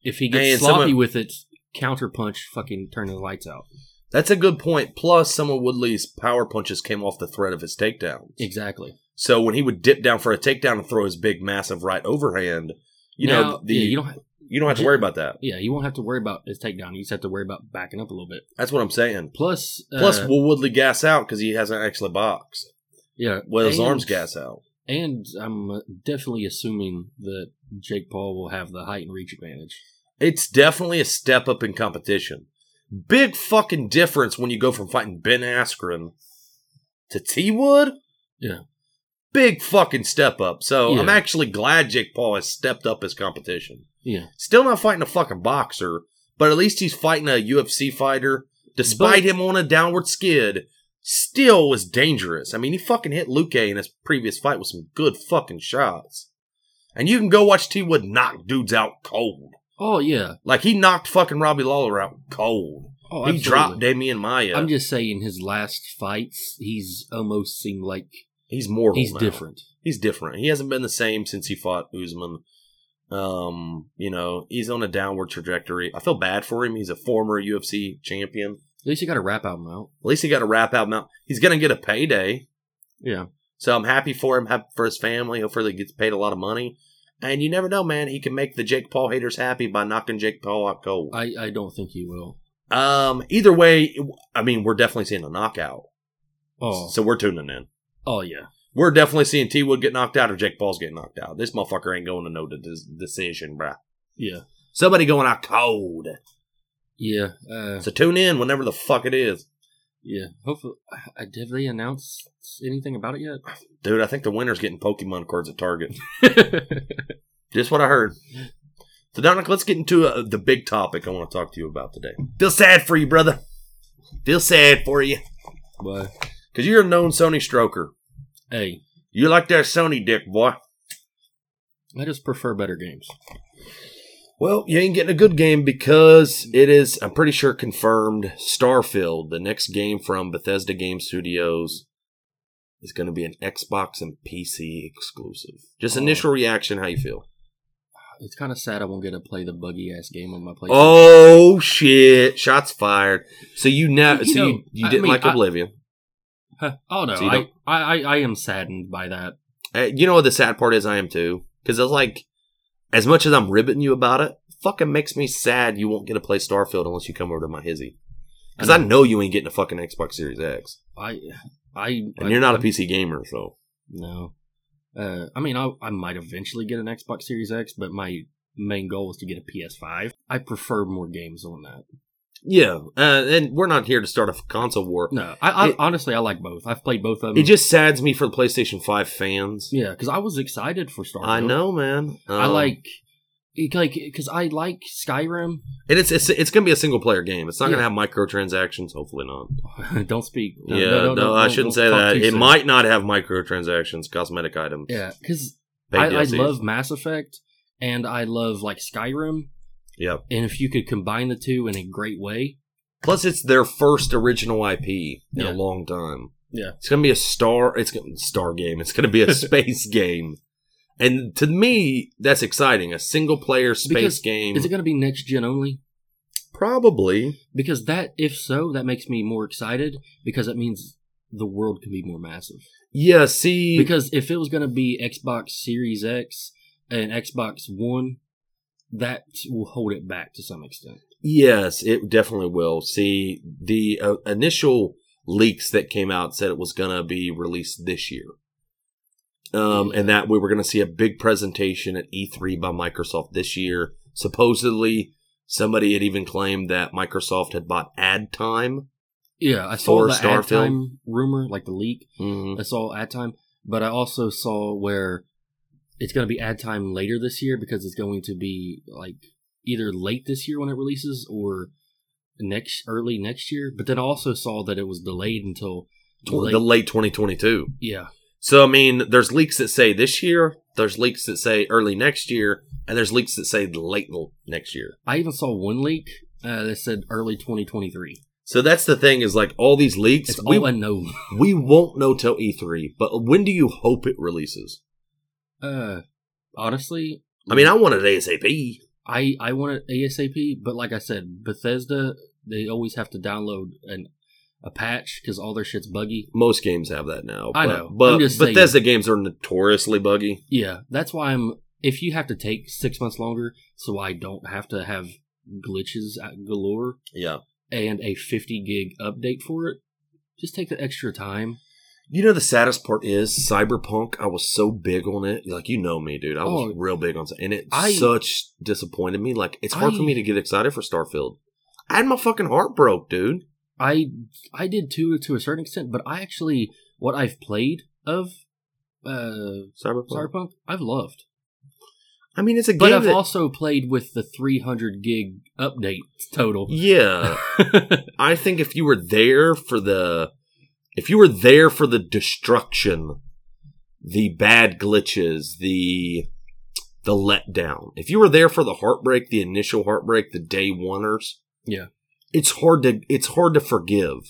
Speaker 2: if he gets
Speaker 1: And
Speaker 2: sloppy
Speaker 1: someone-
Speaker 2: with it, counterpunch, fucking turn the lights out.
Speaker 1: That's a good point. Plus, some of Woodley's power punches came off the threat of his takedowns.
Speaker 2: Exactly.
Speaker 1: So when he would dip down for a takedown and throw his big, massive right overhand, you
Speaker 2: Now-
Speaker 1: know, the,
Speaker 2: yeah,
Speaker 1: you,
Speaker 2: you
Speaker 1: don't,
Speaker 2: don't. Have,
Speaker 1: have to worry about that.
Speaker 2: yeah, you won't have to worry about his takedown. You just have to worry about backing up a little bit.
Speaker 1: That's what I'm saying.
Speaker 2: Plus, uh,
Speaker 1: Plus, will Woodley gas out because he hasn't actually boxed?
Speaker 2: yeah,
Speaker 1: Well, his
Speaker 2: and-
Speaker 1: arms gas out.
Speaker 2: And I'm uh, definitely assuming that Jake Paul will have the height and reach advantage.
Speaker 1: It's definitely a step up in competition. Big fucking difference when you go from fighting Ben Askren to T Wood.
Speaker 2: Yeah.
Speaker 1: Big fucking step up. So I'm
Speaker 2: Yeah.
Speaker 1: actually glad Jake Paul has stepped up his competition.
Speaker 2: Yeah.
Speaker 1: Still not fighting a fucking boxer, but at least he's fighting a UFC fighter. Despite
Speaker 2: But-
Speaker 1: him on a downward skid, still was dangerous. I mean, he fucking hit Luke in his previous fight with some good fucking shots. And you can go watch T Wood knock dudes out cold.
Speaker 2: Oh yeah.
Speaker 1: Like he knocked fucking Robbie Lawler out cold.
Speaker 2: Oh,
Speaker 1: he dropped Damian Maya.
Speaker 2: I'm just saying, his last fights, he's almost seemed like
Speaker 1: he's mortal.
Speaker 2: he's
Speaker 1: now.
Speaker 2: different.
Speaker 1: He's different. He hasn't been the same since he fought Usman. Um, you know, he's on a downward trajectory. I feel bad for him. He's a former UFC champion.
Speaker 2: At least he got a rap album out.
Speaker 1: At least he got a rap out now. He's gonna get a payday.
Speaker 2: Yeah.
Speaker 1: So I'm happy for him, happy for his family. Hopefully he gets paid a lot of money. And you never know, man, he can make the Jake Paul haters happy by knocking Jake Paul out cold.
Speaker 2: I, I don't think he will.
Speaker 1: um, either way, I mean, we're definitely seeing a knockout.
Speaker 2: Oh,
Speaker 1: So we're tuning in.
Speaker 2: oh yeah.
Speaker 1: We're definitely seeing T Wood get knocked out or Jake Paul's getting knocked out. This motherfucker ain't going to no de- de- decision, bruh.
Speaker 2: Yeah.
Speaker 1: Somebody going out cold.
Speaker 2: Yeah. Uh,
Speaker 1: So tune in whenever the fuck it is.
Speaker 2: yeah. Hopefully, I- I- did they announce anything about it
Speaker 1: Dude, I think the winner's getting Pokemon cards at Target.
Speaker 2: yet?
Speaker 1: Just what I heard. So, Dominic, let's get into uh, the big topic I want to talk to you about today. Feel sad for you, brother. Feel sad for you.
Speaker 2: but
Speaker 1: Because you're a known Sony stroker.
Speaker 2: hey,
Speaker 1: You like that Sony dick, boy.
Speaker 2: I just prefer better games.
Speaker 1: Well, you ain't getting a good game because it is, I'm pretty sure, confirmed Starfield, the next game from Bethesda Game Studios, is going to be an Xbox and PC exclusive. Just
Speaker 2: Oh.
Speaker 1: initial reaction, how you feel?
Speaker 2: It's kind of sad I won't get to play the buggy ass game on my PlayStation.
Speaker 1: Oh, shit. Shots fired. So you now,
Speaker 2: You
Speaker 1: so
Speaker 2: know,
Speaker 1: you, you
Speaker 2: I
Speaker 1: didn't
Speaker 2: mean,
Speaker 1: like
Speaker 2: I-
Speaker 1: Oblivion.
Speaker 2: Huh. Oh no,
Speaker 1: So you
Speaker 2: I,
Speaker 1: don't-
Speaker 2: I, I I am saddened by that.
Speaker 1: Uh, you know what the sad part is? I am too. Because I was like, as much as I'm ribbing you about it, fucking makes me sad you won't get to play Starfield unless you come over to my hizzy. Because I
Speaker 2: Mm.
Speaker 1: know you ain't getting a fucking Xbox Series X.
Speaker 2: I I
Speaker 1: And you're not a PC gamer, so
Speaker 2: No. Uh, I mean, I, I might eventually get an Xbox Series X, but my main goal is to get a PS5. I prefer more games on that.
Speaker 1: yeah. Uh, and we're not here to start a f- console war.
Speaker 2: No, I, I
Speaker 1: It-
Speaker 2: honestly I like both. I've played both of them.
Speaker 1: It just saddens me for the PlayStation Five fans.
Speaker 2: yeah, because I was excited for Starfield.
Speaker 1: I know, man.
Speaker 2: I
Speaker 1: Um,
Speaker 2: like it- like because I like Skyrim.
Speaker 1: and it's it's it's gonna be a single player game. It's not
Speaker 2: Yeah.
Speaker 1: gonna have microtransactions. Hopefully not.
Speaker 2: don't speak.
Speaker 1: yeah, no, I shouldn't say
Speaker 2: talk
Speaker 1: that.
Speaker 2: too
Speaker 1: It
Speaker 2: soon.
Speaker 1: might not have microtransactions, cosmetic items.
Speaker 2: Yeah, because
Speaker 1: paid
Speaker 2: I, I
Speaker 1: DLCs.
Speaker 2: love Mass Effect and I love like Skyrim,
Speaker 1: Yeah.
Speaker 2: and if you could combine the two in a great way,
Speaker 1: Plus, it's their first original IP in
Speaker 2: Yeah.
Speaker 1: a long time.
Speaker 2: Yeah.
Speaker 1: it's gonna be a star. It's gonna star game. It's gonna be a space game, and to me, that's exciting. A single player space
Speaker 2: Because
Speaker 1: game,
Speaker 2: is it going to be next gen only?
Speaker 1: probably.
Speaker 2: Because that, if so, that makes me more excited because that means the world can be more massive.
Speaker 1: Yeah, see,
Speaker 2: Because if it was going to be Xbox Series X and Xbox One, that will hold it back to some extent.
Speaker 1: yes, it definitely will. See, the uh, initial leaks that came out said it was going to be released this year. Um, and that we were going to see a big presentation at E3 by Microsoft this year. Supposedly, somebody had even claimed that Microsoft had bought ad time.
Speaker 2: Yeah, I saw
Speaker 1: For
Speaker 2: the ad
Speaker 1: Starfield?
Speaker 2: time rumor, like the leak.
Speaker 1: Mm-hmm.
Speaker 2: I saw ad time, but I also saw where it's going to be ad time later this year because it's going to be like either late this year when it releases or next early next year. But then I also saw that it was delayed until
Speaker 1: The
Speaker 2: late.
Speaker 1: late 2022.
Speaker 2: yeah,
Speaker 1: So I mean, there's leaks that say this year, there's leaks that say early next year, and there's leaks that say late l- next year.
Speaker 2: I even saw one leak uh, that said early 2023.
Speaker 1: So that's the thing is like all these leaks,
Speaker 2: It's
Speaker 1: we
Speaker 2: all unknown.
Speaker 1: we won't know till E3. But when do you hope it releases?
Speaker 2: Uh, honestly,
Speaker 1: I mean, I want it ASAP.
Speaker 2: I I want it ASAP, but like I said, Bethesda they always have to download an a patch because all their shit's buggy.
Speaker 1: Most games have that now.
Speaker 2: I
Speaker 1: but,
Speaker 2: know.
Speaker 1: but
Speaker 2: I'm just saying.
Speaker 1: Bethesda games are notoriously buggy.
Speaker 2: Yeah, that's why I'm. If you have to take six months longer, so I don't have to have glitches at galore
Speaker 1: Yeah,
Speaker 2: and a 50 gig update for it, just take the extra time.
Speaker 1: you know the saddest part is Cyberpunk. I was so big on it, like you know me, dude. I was
Speaker 2: Oh.
Speaker 1: real big on it, and it
Speaker 2: I-
Speaker 1: such disappointed me. Like it's hard for
Speaker 2: I-
Speaker 1: me to get excited for Starfield. I had my fucking heart broke, dude.
Speaker 2: I I did too to a certain extent, but I actually what I've played of uh
Speaker 1: Cyberpunk.
Speaker 2: Cyberpunk I've loved.
Speaker 1: I mean, it's a
Speaker 2: But
Speaker 1: game.
Speaker 2: I've
Speaker 1: that-
Speaker 2: also played with the 300 gig update total.
Speaker 1: yeah, I think if you were there for the, if you were there for the destruction, the bad glitches, the, the letdown. If you were there for the heartbreak, the initial heartbreak, the day oneers.
Speaker 2: Yeah.
Speaker 1: it's hard to it's hard to forgive.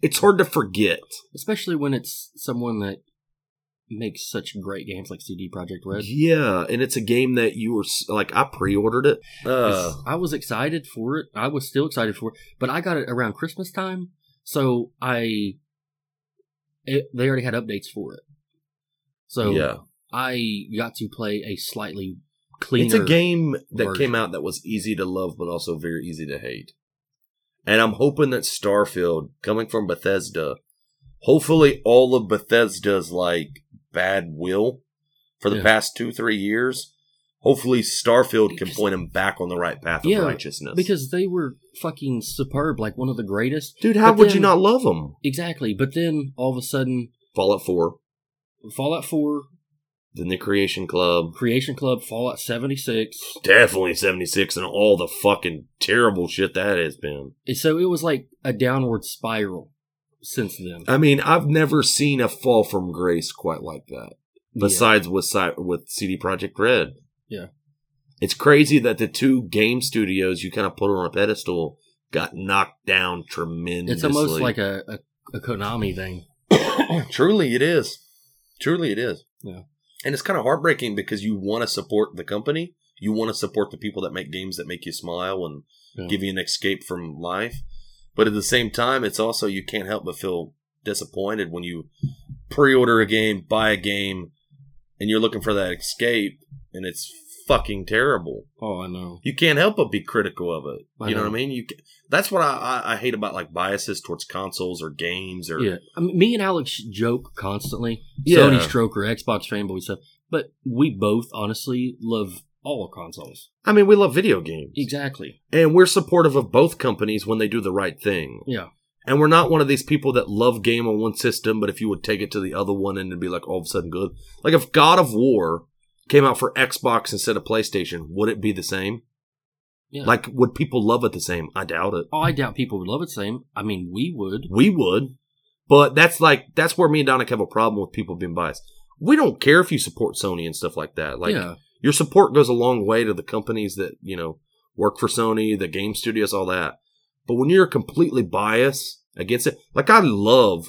Speaker 1: It's hard to forget.
Speaker 2: Especially when it's someone that makes such great games like CD Projekt Red.
Speaker 1: Yeah, and it's a game that you were s- like I pre-ordered it. Uh,
Speaker 2: I was excited for it. I was still excited for it, but I got it around Christmas time, so I it, they already had updates for it. So
Speaker 1: yeah,
Speaker 2: I got to play a slightly cleaner
Speaker 1: It's a game that
Speaker 2: version.
Speaker 1: came out that was easy to love, but also very easy to hate. And I'm hoping that Starfield, coming from Bethesda, hopefully all of Bethesda's like bad will for the
Speaker 2: Yeah.
Speaker 1: past two, three years, hopefully Starfield can
Speaker 2: Because-
Speaker 1: point him back on the right path of
Speaker 2: Yeah,
Speaker 1: righteousness.
Speaker 2: because they were fucking superb, like one of the greatest.
Speaker 1: dude, how
Speaker 2: but
Speaker 1: would you
Speaker 2: then-
Speaker 1: not love them?
Speaker 2: Exactly, but then all of a sudden
Speaker 1: Fallout Four,
Speaker 2: Fallout 4,
Speaker 1: then the Creation Club,
Speaker 2: Creation Club, Fallout 76.
Speaker 1: definitely 76, and all the fucking terrible shit that has been.
Speaker 2: And So it was like a downward spiral since then.
Speaker 1: I mean, I've never seen a fall from grace quite like that. Besides with with with CD Project Red,
Speaker 2: Yeah.
Speaker 1: it's crazy that the two game studios you kind of put on a pedestal got knocked down tremendously.
Speaker 2: it's almost like a, a, a Konami thing.
Speaker 1: truly it is, truly it is.
Speaker 2: Yeah.
Speaker 1: and it's kind of heartbreaking because you want to support the company, you want to support the people that make games that make you smile and
Speaker 2: Yeah.
Speaker 1: give you an escape from life. But at the same time, it's also you can't help but feel disappointed when you pre-order a game, buy a game, and you're looking for that escape, and it's fucking terrible.
Speaker 2: Oh, I know.
Speaker 1: You can't help but be critical of it.
Speaker 2: I
Speaker 1: you know.
Speaker 2: know.
Speaker 1: what I mean? You ca that's what I, I, I hate about like biases towards consoles or games or
Speaker 2: Yeah. I mean, me and Alex joke constantly.
Speaker 1: Yeah.
Speaker 2: Sony Stroker, Xbox fanboy stuff. But we both honestly love all consoles.
Speaker 1: I mean, we love video games,
Speaker 2: E Exactly.
Speaker 1: and we're supportive of both companies when they do the right thing.
Speaker 2: Yeah.
Speaker 1: And we're not one of these people that love game on one system, but if you would take it to the other one and it'd be like all of a sudden good. Like if God of War came out for Xbox instead of PlayStation, would it be the same?
Speaker 2: Yeah.
Speaker 1: Like would people love it the same? I doubt it.
Speaker 2: Oh, I doubt people would love it same. I mean, we would.
Speaker 1: We would. But that's like that's where me and Donic have a problem with people being biased. We don't care if you support Sony and stuff like that. Like
Speaker 2: yeah.
Speaker 1: your support goes a long way to the companies that, you know, work for Sony, the game studios, all that. But when you're completely biased against it, like I love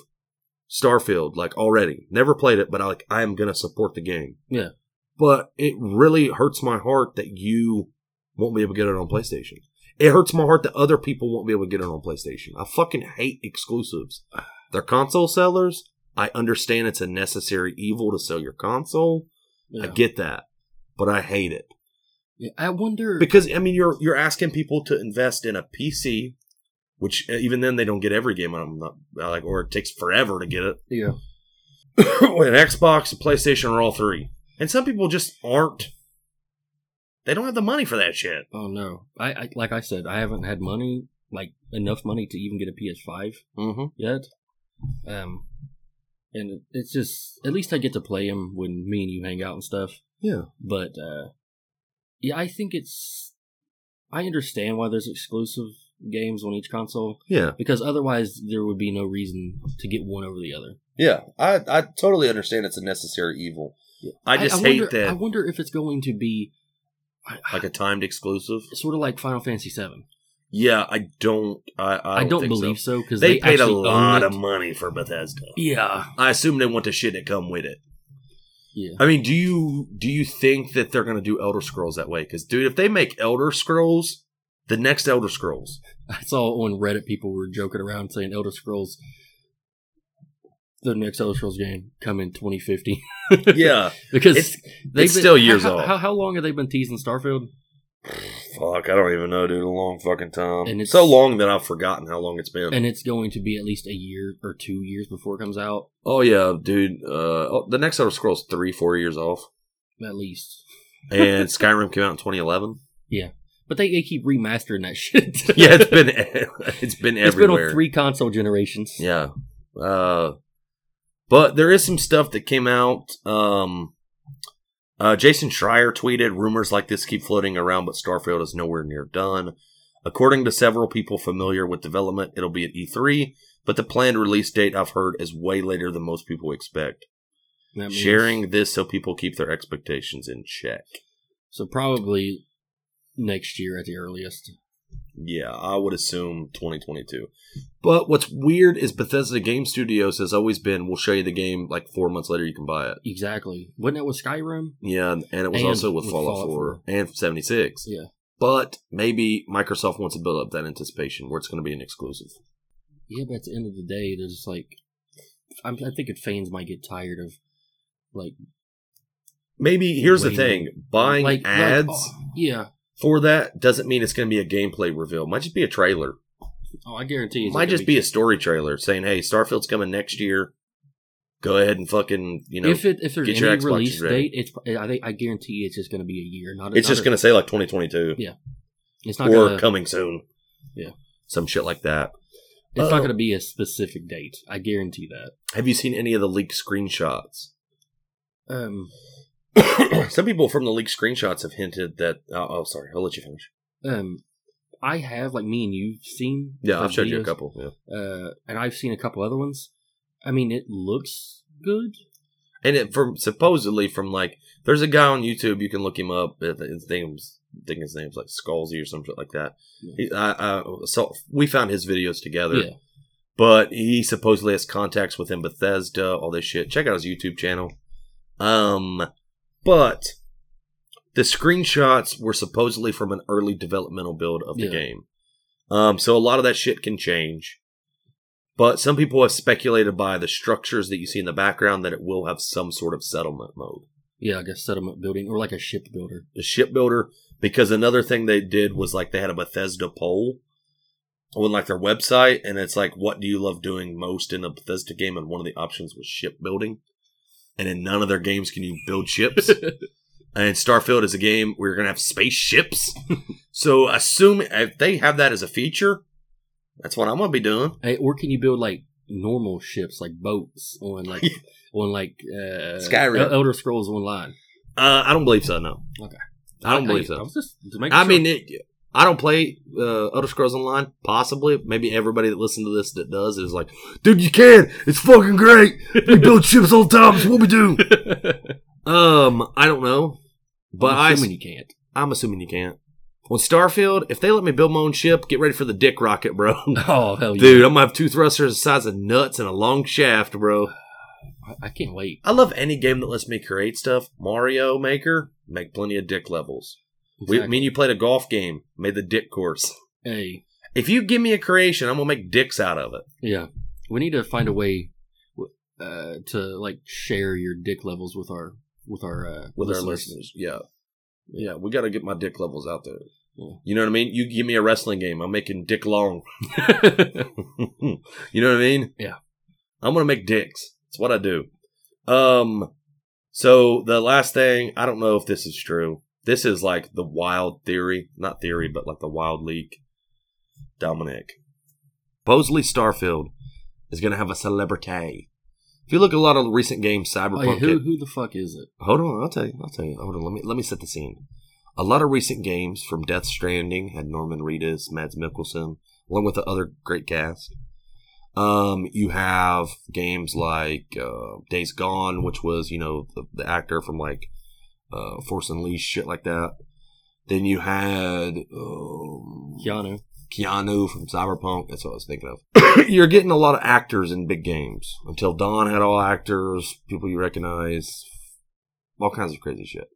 Speaker 1: Starfield, like already. Never played it, but I like I am gonna support the game.
Speaker 2: Yeah.
Speaker 1: But it really hurts my heart that you won't be able to get it on PlayStation. It hurts my heart that other people won't be able to get it on PlayStation. I fucking hate exclusives. They're console sellers I understand it's a necessary evil to sell your console. I
Speaker 2: Yeah.
Speaker 1: get that, but I hate it
Speaker 2: Yeah, I wonder.
Speaker 1: because I mean you're you're asking people to invest in a PC, which uh, even then they don't get every game. I'm not I like, or it takes forever to get it.
Speaker 2: yeah.
Speaker 1: an Xbox, a PlayStation, or all three. And some people just aren't. They don't have the money for that shit.
Speaker 2: Oh no. I, I like I said, I haven't had money like enough money to even get a PS5
Speaker 1: Mm-hmm.
Speaker 2: yet. Um, and it's just at least I get to play him when me and you hang out and stuff.
Speaker 1: Yeah.
Speaker 2: But uh, yeah, I think it's. I understand why there's exclusive games on each console
Speaker 1: Yeah.
Speaker 2: because otherwise there would be no reason to get one over the other.
Speaker 1: Yeah. I, I totally understand it's a necessary evil. I just hate
Speaker 2: wonder,
Speaker 1: that.
Speaker 2: I wonder if it's going to be I- I-
Speaker 1: like a timed exclusive.
Speaker 2: sort of like Final Fantasy VII.
Speaker 1: Yeah, I don't. I, I,
Speaker 2: I don't,
Speaker 1: think so.
Speaker 2: believe so because
Speaker 1: They,
Speaker 2: they,
Speaker 1: paid a
Speaker 2: actually own
Speaker 1: lot
Speaker 2: it.
Speaker 1: of money for Bethesda.
Speaker 2: Yeah,
Speaker 1: I assume they want the shit that come with it.
Speaker 2: yeah.
Speaker 1: I mean, do you do you think that they're going to do Elder Scrolls that way? Because dude, if they make Elder Scrolls, the next Elder Scrolls,
Speaker 2: I saw on Reddit people were joking around saying Elder Scrolls, the next Elder Scrolls game come in 2050.
Speaker 1: yeah,
Speaker 2: because
Speaker 1: It's-
Speaker 2: they've
Speaker 1: it's still
Speaker 2: how-
Speaker 1: years
Speaker 2: how,
Speaker 1: off.
Speaker 2: How, how long have they been teasing Starfield?
Speaker 1: Fuck, I don't even know, dude. A long fucking time.
Speaker 2: And it's-
Speaker 1: so long that I've forgotten how long it's been.
Speaker 2: And it's going to be at least a year or two years before it comes out,
Speaker 1: oh yeah, dude. Uh, oh, the next Elder Scrolls three, four years off,
Speaker 2: at least.
Speaker 1: and Skyrim came out in 2011.
Speaker 2: But they, they keep remastering that shit.
Speaker 1: Yeah, it's been e, it's been
Speaker 2: it's been
Speaker 1: everywhere.
Speaker 2: on three console generations.
Speaker 1: Yeah. Uh, but there is some stuff that came out. Um, uh, Jason Schreier tweeted rumors like this keep floating around, but Starfield is nowhere near done. According to several people familiar with development, it'll be at E3, but the planned release date I've heard is way later than most people expect.
Speaker 2: That means-
Speaker 1: Sharing this so people keep their expectations in check.
Speaker 2: So probably next year at the earliest.
Speaker 1: Yeah, I would assume 2022. But what's weird is Bethesda Game Studios has always been we'll show you the game like four months later, you can buy it.
Speaker 2: Exactly. Wasn't that with Skyrim?
Speaker 1: Yeah, and and it was
Speaker 2: And
Speaker 1: also with,
Speaker 2: with
Speaker 1: Fallout, 4
Speaker 2: Fallout
Speaker 1: and 76.
Speaker 2: Yeah.
Speaker 1: But maybe Microsoft wants to build up that anticipation where it's going to be an exclusive.
Speaker 2: Yeah, but at the end of the day, there's just like, I'm, I'm thinking fans might get tired of like
Speaker 1: Maybe here's the
Speaker 2: Waiting.
Speaker 1: thing buying
Speaker 2: like like,
Speaker 1: ads
Speaker 2: oh, yeah.
Speaker 1: for that doesn't mean it's going to be a gameplay reveal. Might just be a trailer.
Speaker 2: Oh, I guarantee you.
Speaker 1: Might just be a story trailer saying, hey, Starfield's coming next year. Go ahead and fucking, you know,
Speaker 2: if it if there's
Speaker 1: get your
Speaker 2: any
Speaker 1: Xboxes
Speaker 2: release
Speaker 1: ready.
Speaker 2: date, it's pr- I think I guarantee it's just going to be a year. Not
Speaker 1: it's just going to say like 2022
Speaker 2: to it's not
Speaker 1: or
Speaker 2: going to
Speaker 1: coming soon.
Speaker 2: Yeah.
Speaker 1: Some shit like that.
Speaker 2: it's not
Speaker 1: Uh-oh.
Speaker 2: going to be a specific date. I guarantee that.
Speaker 1: Have you seen any of the leaked screenshots?
Speaker 2: Um,
Speaker 1: Some people from the leaked screenshots have hinted that. Oh, oh, sorry. I'll let you finish.
Speaker 2: um, I have like me and you've seen
Speaker 1: Yeah,
Speaker 2: like,
Speaker 1: I've showed you a
Speaker 2: videos,
Speaker 1: couple. Yeah.
Speaker 2: uh, and I've seen a couple other ones. I mean, it looks good.
Speaker 1: And it from supposedly from like there's a guy on YouTube you can look him up. I think His name's I think his name's like Scalzi or something like that. He, I, I, so we found his videos together.
Speaker 2: Yeah.
Speaker 1: But he supposedly has contacts within Bethesda, all this shit. Check out his YouTube channel. Um, but the screenshots were supposedly from an early developmental build of the
Speaker 2: Yeah.
Speaker 1: game. Um, so a lot of that shit can change. But some people have speculated by the structures that you see in the background that it will have some sort of settlement mode.
Speaker 2: Yeah, I guess settlement building or like a ship builder.
Speaker 1: The shipbuilder, because another thing they did was like they had a Bethesda poll on like their website, and it's like, what do you love doing most in a Bethesda game? And one of the options was shipbuilding. And in none of their games can you build ships. and Starfield is a game where you're going to have spaceships. so assume if they have that as a feature, that's what I'm going to be doing.
Speaker 2: Hey, or can you build like normal ships, like boats on like on like uh,
Speaker 1: Skyrim.
Speaker 2: El- Elder Scrolls Online?
Speaker 1: Uh, I don't believe so. No,
Speaker 2: Okay.
Speaker 1: I don't believe so.
Speaker 2: I was just to make
Speaker 1: I
Speaker 2: sure.
Speaker 1: mean, it, I don't play uh, Elder Scrolls Online. Possibly, maybe everybody that listened to this that does is like, dude, you can. It's fucking great. We build ships all the time. It's what we do. Um, I don't know, but
Speaker 2: I'm
Speaker 1: I,
Speaker 2: assuming you can't.
Speaker 1: I'm assuming you can't. On Starfield, if they let me build my own ship, get ready for the dick rocket, bro.
Speaker 2: Oh hell yeah,
Speaker 1: Dude, I'm gonna have two thrusters the size of nuts and a long shaft, bro.
Speaker 2: I, I can't wait.
Speaker 1: I love any game that lets me create stuff. Mario Maker, make plenty of dick levels. We, me and you played a golf game, made the dick course.
Speaker 2: Hey,
Speaker 1: If you give me a creation, I'm gonna make dicks out of it.
Speaker 2: yeah, we need to find a way. w- uh, to like share your dick levels with our with our uh,
Speaker 1: with our listeners. Yeah. Yeah, we got to get my dick levels out there. You know what I mean? You give me a wrestling game, I'm making dick long. you know what I mean?
Speaker 2: Yeah.
Speaker 1: I'm gonna make dicks. That's what I do. Um so the last thing, I don't know if this is true. This is like the wild theory, not theory, but like the wild leak. Dominic. Supposedly Starfield is gonna have a celebrity. If you look at a lot of recent games, Cyberpunk
Speaker 2: Oh, yeah, who
Speaker 1: had-
Speaker 2: who the fuck is it?
Speaker 1: hold on, I'll tell you. I'll tell you. Hold on, let me let me set the scene. A lot of recent games from Death Stranding had Norman Reedus, Mads Mikkelsen, along with the other great cast. Um, you have games like uh, Days Gone, which was you know the, the actor from like uh, Force Unleashed, shit like that. Then you had um,
Speaker 2: Keanu.
Speaker 1: Keanu from Cyberpunk. That's what I was thinking of. You're getting a lot of actors in big games. Until Dawn had all actors, people you recognize, all kinds of crazy shit.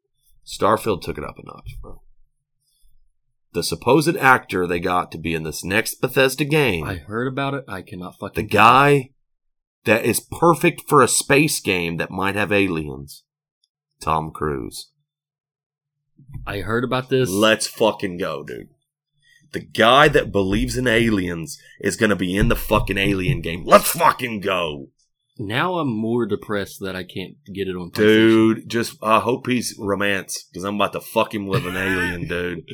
Speaker 1: Starfield took it up a notch, bro. The supposed actor they got to be in this next Bethesda game,
Speaker 2: I heard about it. I cannot
Speaker 1: the
Speaker 2: fucking.
Speaker 1: guy that is perfect for a space game that might have aliens, Tom Cruise.
Speaker 2: I heard about this.
Speaker 1: Let's fucking go, dude. The guy that believes in aliens is going to be in the fucking alien game. Let's fucking go.
Speaker 2: now I'm more depressed that I can't get it on PlayStation.
Speaker 1: Dude, just, I hope he's romance because I'm about to fuck him with an alien, dude.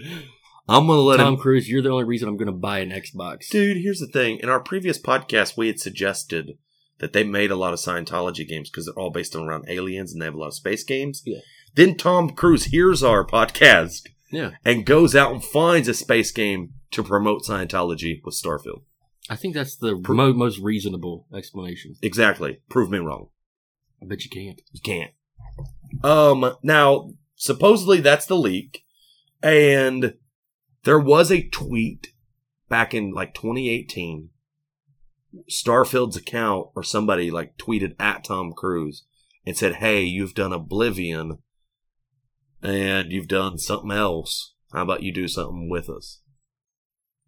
Speaker 1: I'm going to let
Speaker 2: Tom
Speaker 1: him.
Speaker 2: Cruise, you're the only reason I'm going to buy an Xbox.
Speaker 1: Dude, here's the thing. In our previous podcast, we had suggested that they made a lot of Scientology games because they're all based around aliens and they have a lot of space games.
Speaker 2: Yeah.
Speaker 1: Then Tom Cruise hears our podcast
Speaker 2: Yeah,
Speaker 1: and goes out and finds a space game to promote Scientology with Starfield.
Speaker 2: I think that's the mo- most reasonable explanation.
Speaker 1: Exactly. Prove me wrong.
Speaker 2: I bet you can't.
Speaker 1: You can't. Um, now, supposedly that's the leak. And there was a tweet back in like 2018. Starfield's account or somebody like tweeted at Tom Cruise and said, Hey, you've done Oblivion and you've done something else. How about you do something with us?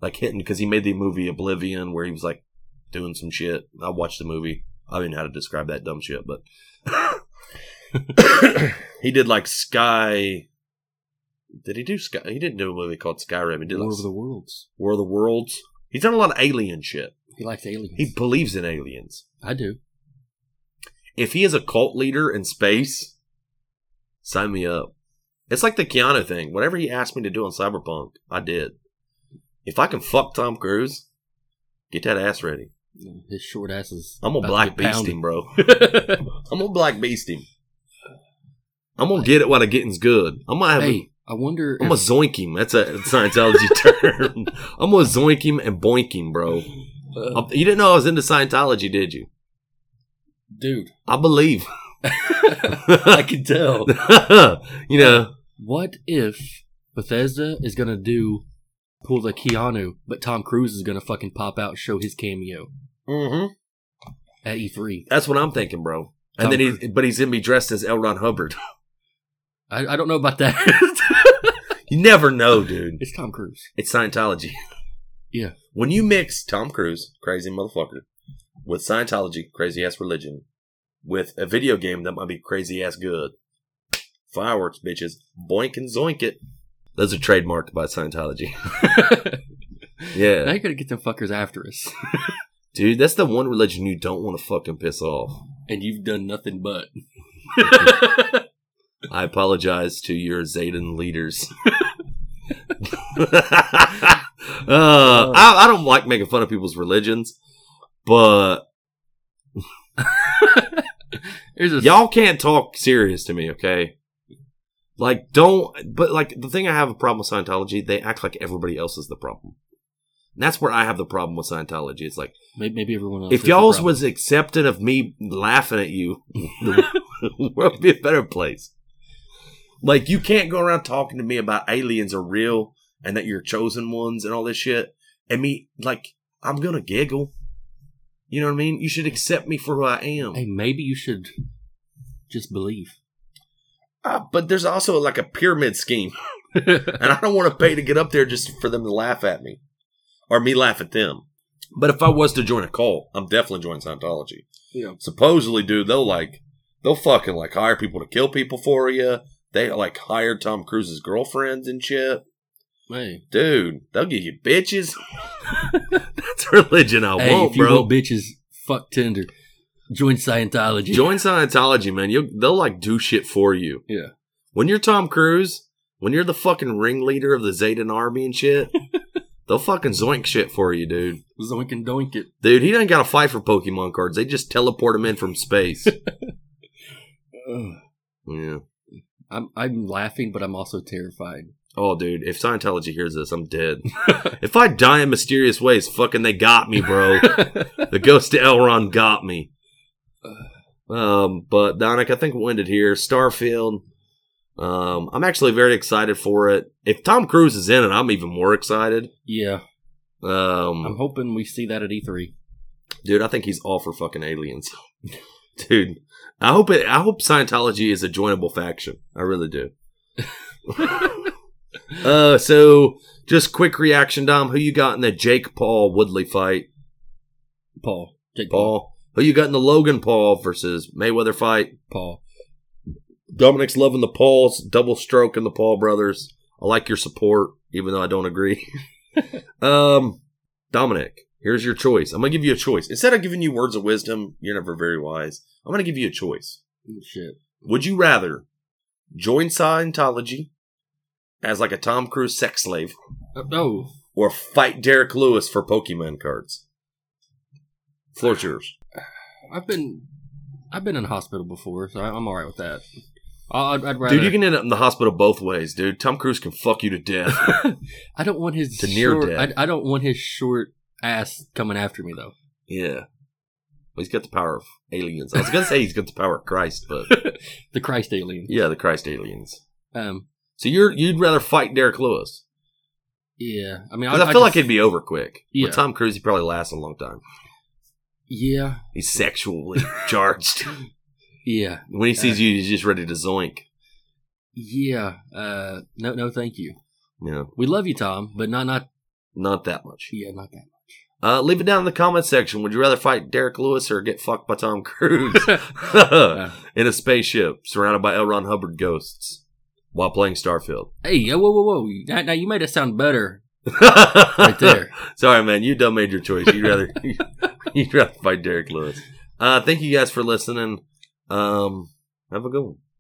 Speaker 1: Like hitting, because he made the movie Oblivion where he was like doing some shit. I watched the movie. I don't even know how to describe that dumb shit, but he did like Sky. Did he do Sky? He didn't do a movie called Skyrim. He did
Speaker 2: War
Speaker 1: like
Speaker 2: of the Worlds.
Speaker 1: War of the Worlds. He's done a lot of alien shit.
Speaker 2: He likes aliens.
Speaker 1: He believes in aliens.
Speaker 2: I do.
Speaker 1: If he is a cult leader in space, sign me up. It's like the Keanu thing. Whatever he asked me to do on Cyberpunk, I did. If I can fuck Tom Cruise, get that ass ready.
Speaker 2: His short ass is.
Speaker 1: I'm gonna
Speaker 2: about
Speaker 1: black
Speaker 2: to
Speaker 1: beast
Speaker 2: get
Speaker 1: him, bro.
Speaker 2: pounded.
Speaker 1: I'm gonna black beast him. I'm gonna get it while the getting's good. I'm gonna have a
Speaker 2: hey, I wonder.
Speaker 1: I'm gonna
Speaker 2: if-
Speaker 1: zoink him. That's a Scientology term. I'm gonna zoink him and boink him, bro.
Speaker 2: Uh,
Speaker 1: You didn't know I was into Scientology, did you?
Speaker 2: dude,
Speaker 1: I believe.
Speaker 2: I can tell.
Speaker 1: you know,
Speaker 2: What if Bethesda is gonna do pull the Keanu, but Tom Cruise is gonna fucking pop out, show his cameo
Speaker 1: mm-hmm.
Speaker 2: at E E3?
Speaker 1: that's what I'm thinking, bro. And
Speaker 2: Tom
Speaker 1: then he's, but he's gonna be dressed as L. Ron Hubbard.
Speaker 2: I, I don't know about that.
Speaker 1: You never know, dude.
Speaker 2: it's Tom Cruise.
Speaker 1: It's Scientology.
Speaker 2: Yeah.
Speaker 1: When you mix Tom Cruise, crazy motherfucker, with Scientology, crazy ass religion, with a video game that might be crazy ass good, fireworks, bitches, boink and zoink it. Those are trademarked by Scientology.
Speaker 2: now
Speaker 1: Yeah.
Speaker 2: you gotta get them fuckers after us,
Speaker 1: Dude, that's the one religion you don't want to fucking piss off.
Speaker 2: and you've done nothing but.
Speaker 1: I apologize to your Zayden leaders. uh, I, I don't like making fun of people's religions, but
Speaker 2: There's a
Speaker 1: y'all can't talk serious to me, okay? Like, don't. But like, the thing I have a problem with Scientology, they act like everybody else is the problem. And that's where I have the problem with Scientology. It's like
Speaker 2: maybe, maybe everyone else.
Speaker 1: if
Speaker 2: is the
Speaker 1: y'all's
Speaker 2: problem.
Speaker 1: was accepting of me laughing at you, the world would be a better place. Like you can't go around talking to me about aliens are real and that you're chosen ones and all this shit. And me like I'm gonna giggle. You know what I mean? You should accept me for who I am.
Speaker 2: hey, maybe you should just believe.
Speaker 1: Uh, but there's also like a pyramid scheme, and I don't want to pay to get up there just for them to laugh at me or me laugh at them. But if I was to join a cult, I'm definitely joining Scientology.
Speaker 2: Yeah.
Speaker 1: Supposedly, dude, they'll like they'll fucking like hire people to kill people for you. They like hired Tom Cruise's girlfriends and shit.
Speaker 2: Hey,
Speaker 1: Dude, they'll give you bitches. That's religion I
Speaker 2: hey
Speaker 1: want,
Speaker 2: if you
Speaker 1: bro.
Speaker 2: want bitches, fuck Tinder. Join Scientology.
Speaker 1: Join Scientology, man. You they'll like do shit for you.
Speaker 2: Yeah.
Speaker 1: When you're Tom Cruise, when you're the fucking ringleader of the Zayden army and shit, they'll fucking zoink shit for you, dude.
Speaker 2: Zoink and doink it.
Speaker 1: Dude, he doesn't got to fight for Pokemon cards. They just teleport him in from space.
Speaker 2: Ugh.
Speaker 1: yeah.
Speaker 2: I'm I'm laughing, but I'm also terrified.
Speaker 1: Oh, dude, if Scientology hears this, I'm dead. if I die in mysterious ways, fucking they got me, bro. the ghost of Elrond got me. Um, but Donic, I think we'll end it here. Starfield. Um, I'm actually very excited for it. If Tom Cruise is in it, I'm even more excited.
Speaker 2: yeah, I'm
Speaker 1: Um,
Speaker 2: hoping we see that at E E3.
Speaker 1: dude, I think he's all for fucking aliens. dude, I hope it. I hope Scientology is a joinable faction. I really do. Uh, so just quick reaction, Dom. Who you got in the Jake Paul Woodley fight?
Speaker 2: Paul, Jake Paul,
Speaker 1: Paul. Who you got in the Logan Paul versus Mayweather fight?
Speaker 2: Paul.
Speaker 1: Dominic's loving the Pauls, double stroke in the Paul brothers. I like your support, even though I don't agree. um, Dominic, here's your choice. I'm gonna give you a choice. Instead of giving you words of wisdom, you're never very wise. I'm gonna give you a choice.
Speaker 2: Oh, Shit.
Speaker 1: Would you rather join Scientology as like a Tom Cruise sex slave,
Speaker 2: Uh, oh,
Speaker 1: or fight Derek Lewis for Pokemon cards? Floor's yours.
Speaker 2: I've been I've been in hospital before, so I- I'm all right with that. I- I'd, I'd rather.
Speaker 1: Dude, you can end up in the hospital both ways, dude. Tom Cruise can fuck you to death.
Speaker 2: I don't want his
Speaker 1: To near
Speaker 2: short,
Speaker 1: death.
Speaker 2: I, I don't want his short ass coming after me though.
Speaker 1: Yeah. Well, he's got the power of aliens. I was going to say he's got the power of Christ, but
Speaker 2: The Christ alien.
Speaker 1: yeah, the Christ aliens.
Speaker 2: Um.
Speaker 1: So you're you'd rather fight Derek Lewis
Speaker 2: Yeah. I mean,
Speaker 1: because I, feel like
Speaker 2: just-
Speaker 1: it'd be over quick.
Speaker 2: Yeah.
Speaker 1: With Tom Cruise, he probably lasts a long time.
Speaker 2: Yeah.
Speaker 1: He's sexually charged.
Speaker 2: Yeah.
Speaker 1: When he sees you, he's just ready to zoink.
Speaker 2: Yeah. Uh. No. No. Thank you.
Speaker 1: You know,
Speaker 2: We love you, Tom, but not not.
Speaker 1: not that much.
Speaker 2: Yeah. Not that.
Speaker 1: Uh, leave it down in the comment section. Would you rather fight Derek Lewis or get fucked by Tom Cruise
Speaker 2: Uh,
Speaker 1: in a spaceship surrounded by L. Ron Hubbard ghosts while playing Starfield?
Speaker 2: hey. yeah, Whoa. Whoa. Whoa. Now, now you made it sound better
Speaker 1: right
Speaker 2: right there.
Speaker 1: Sorry, man. You done made your choice. You'd rather you'd rather fight Derek Lewis. Uh, thank you guys for listening. Um, have a good one.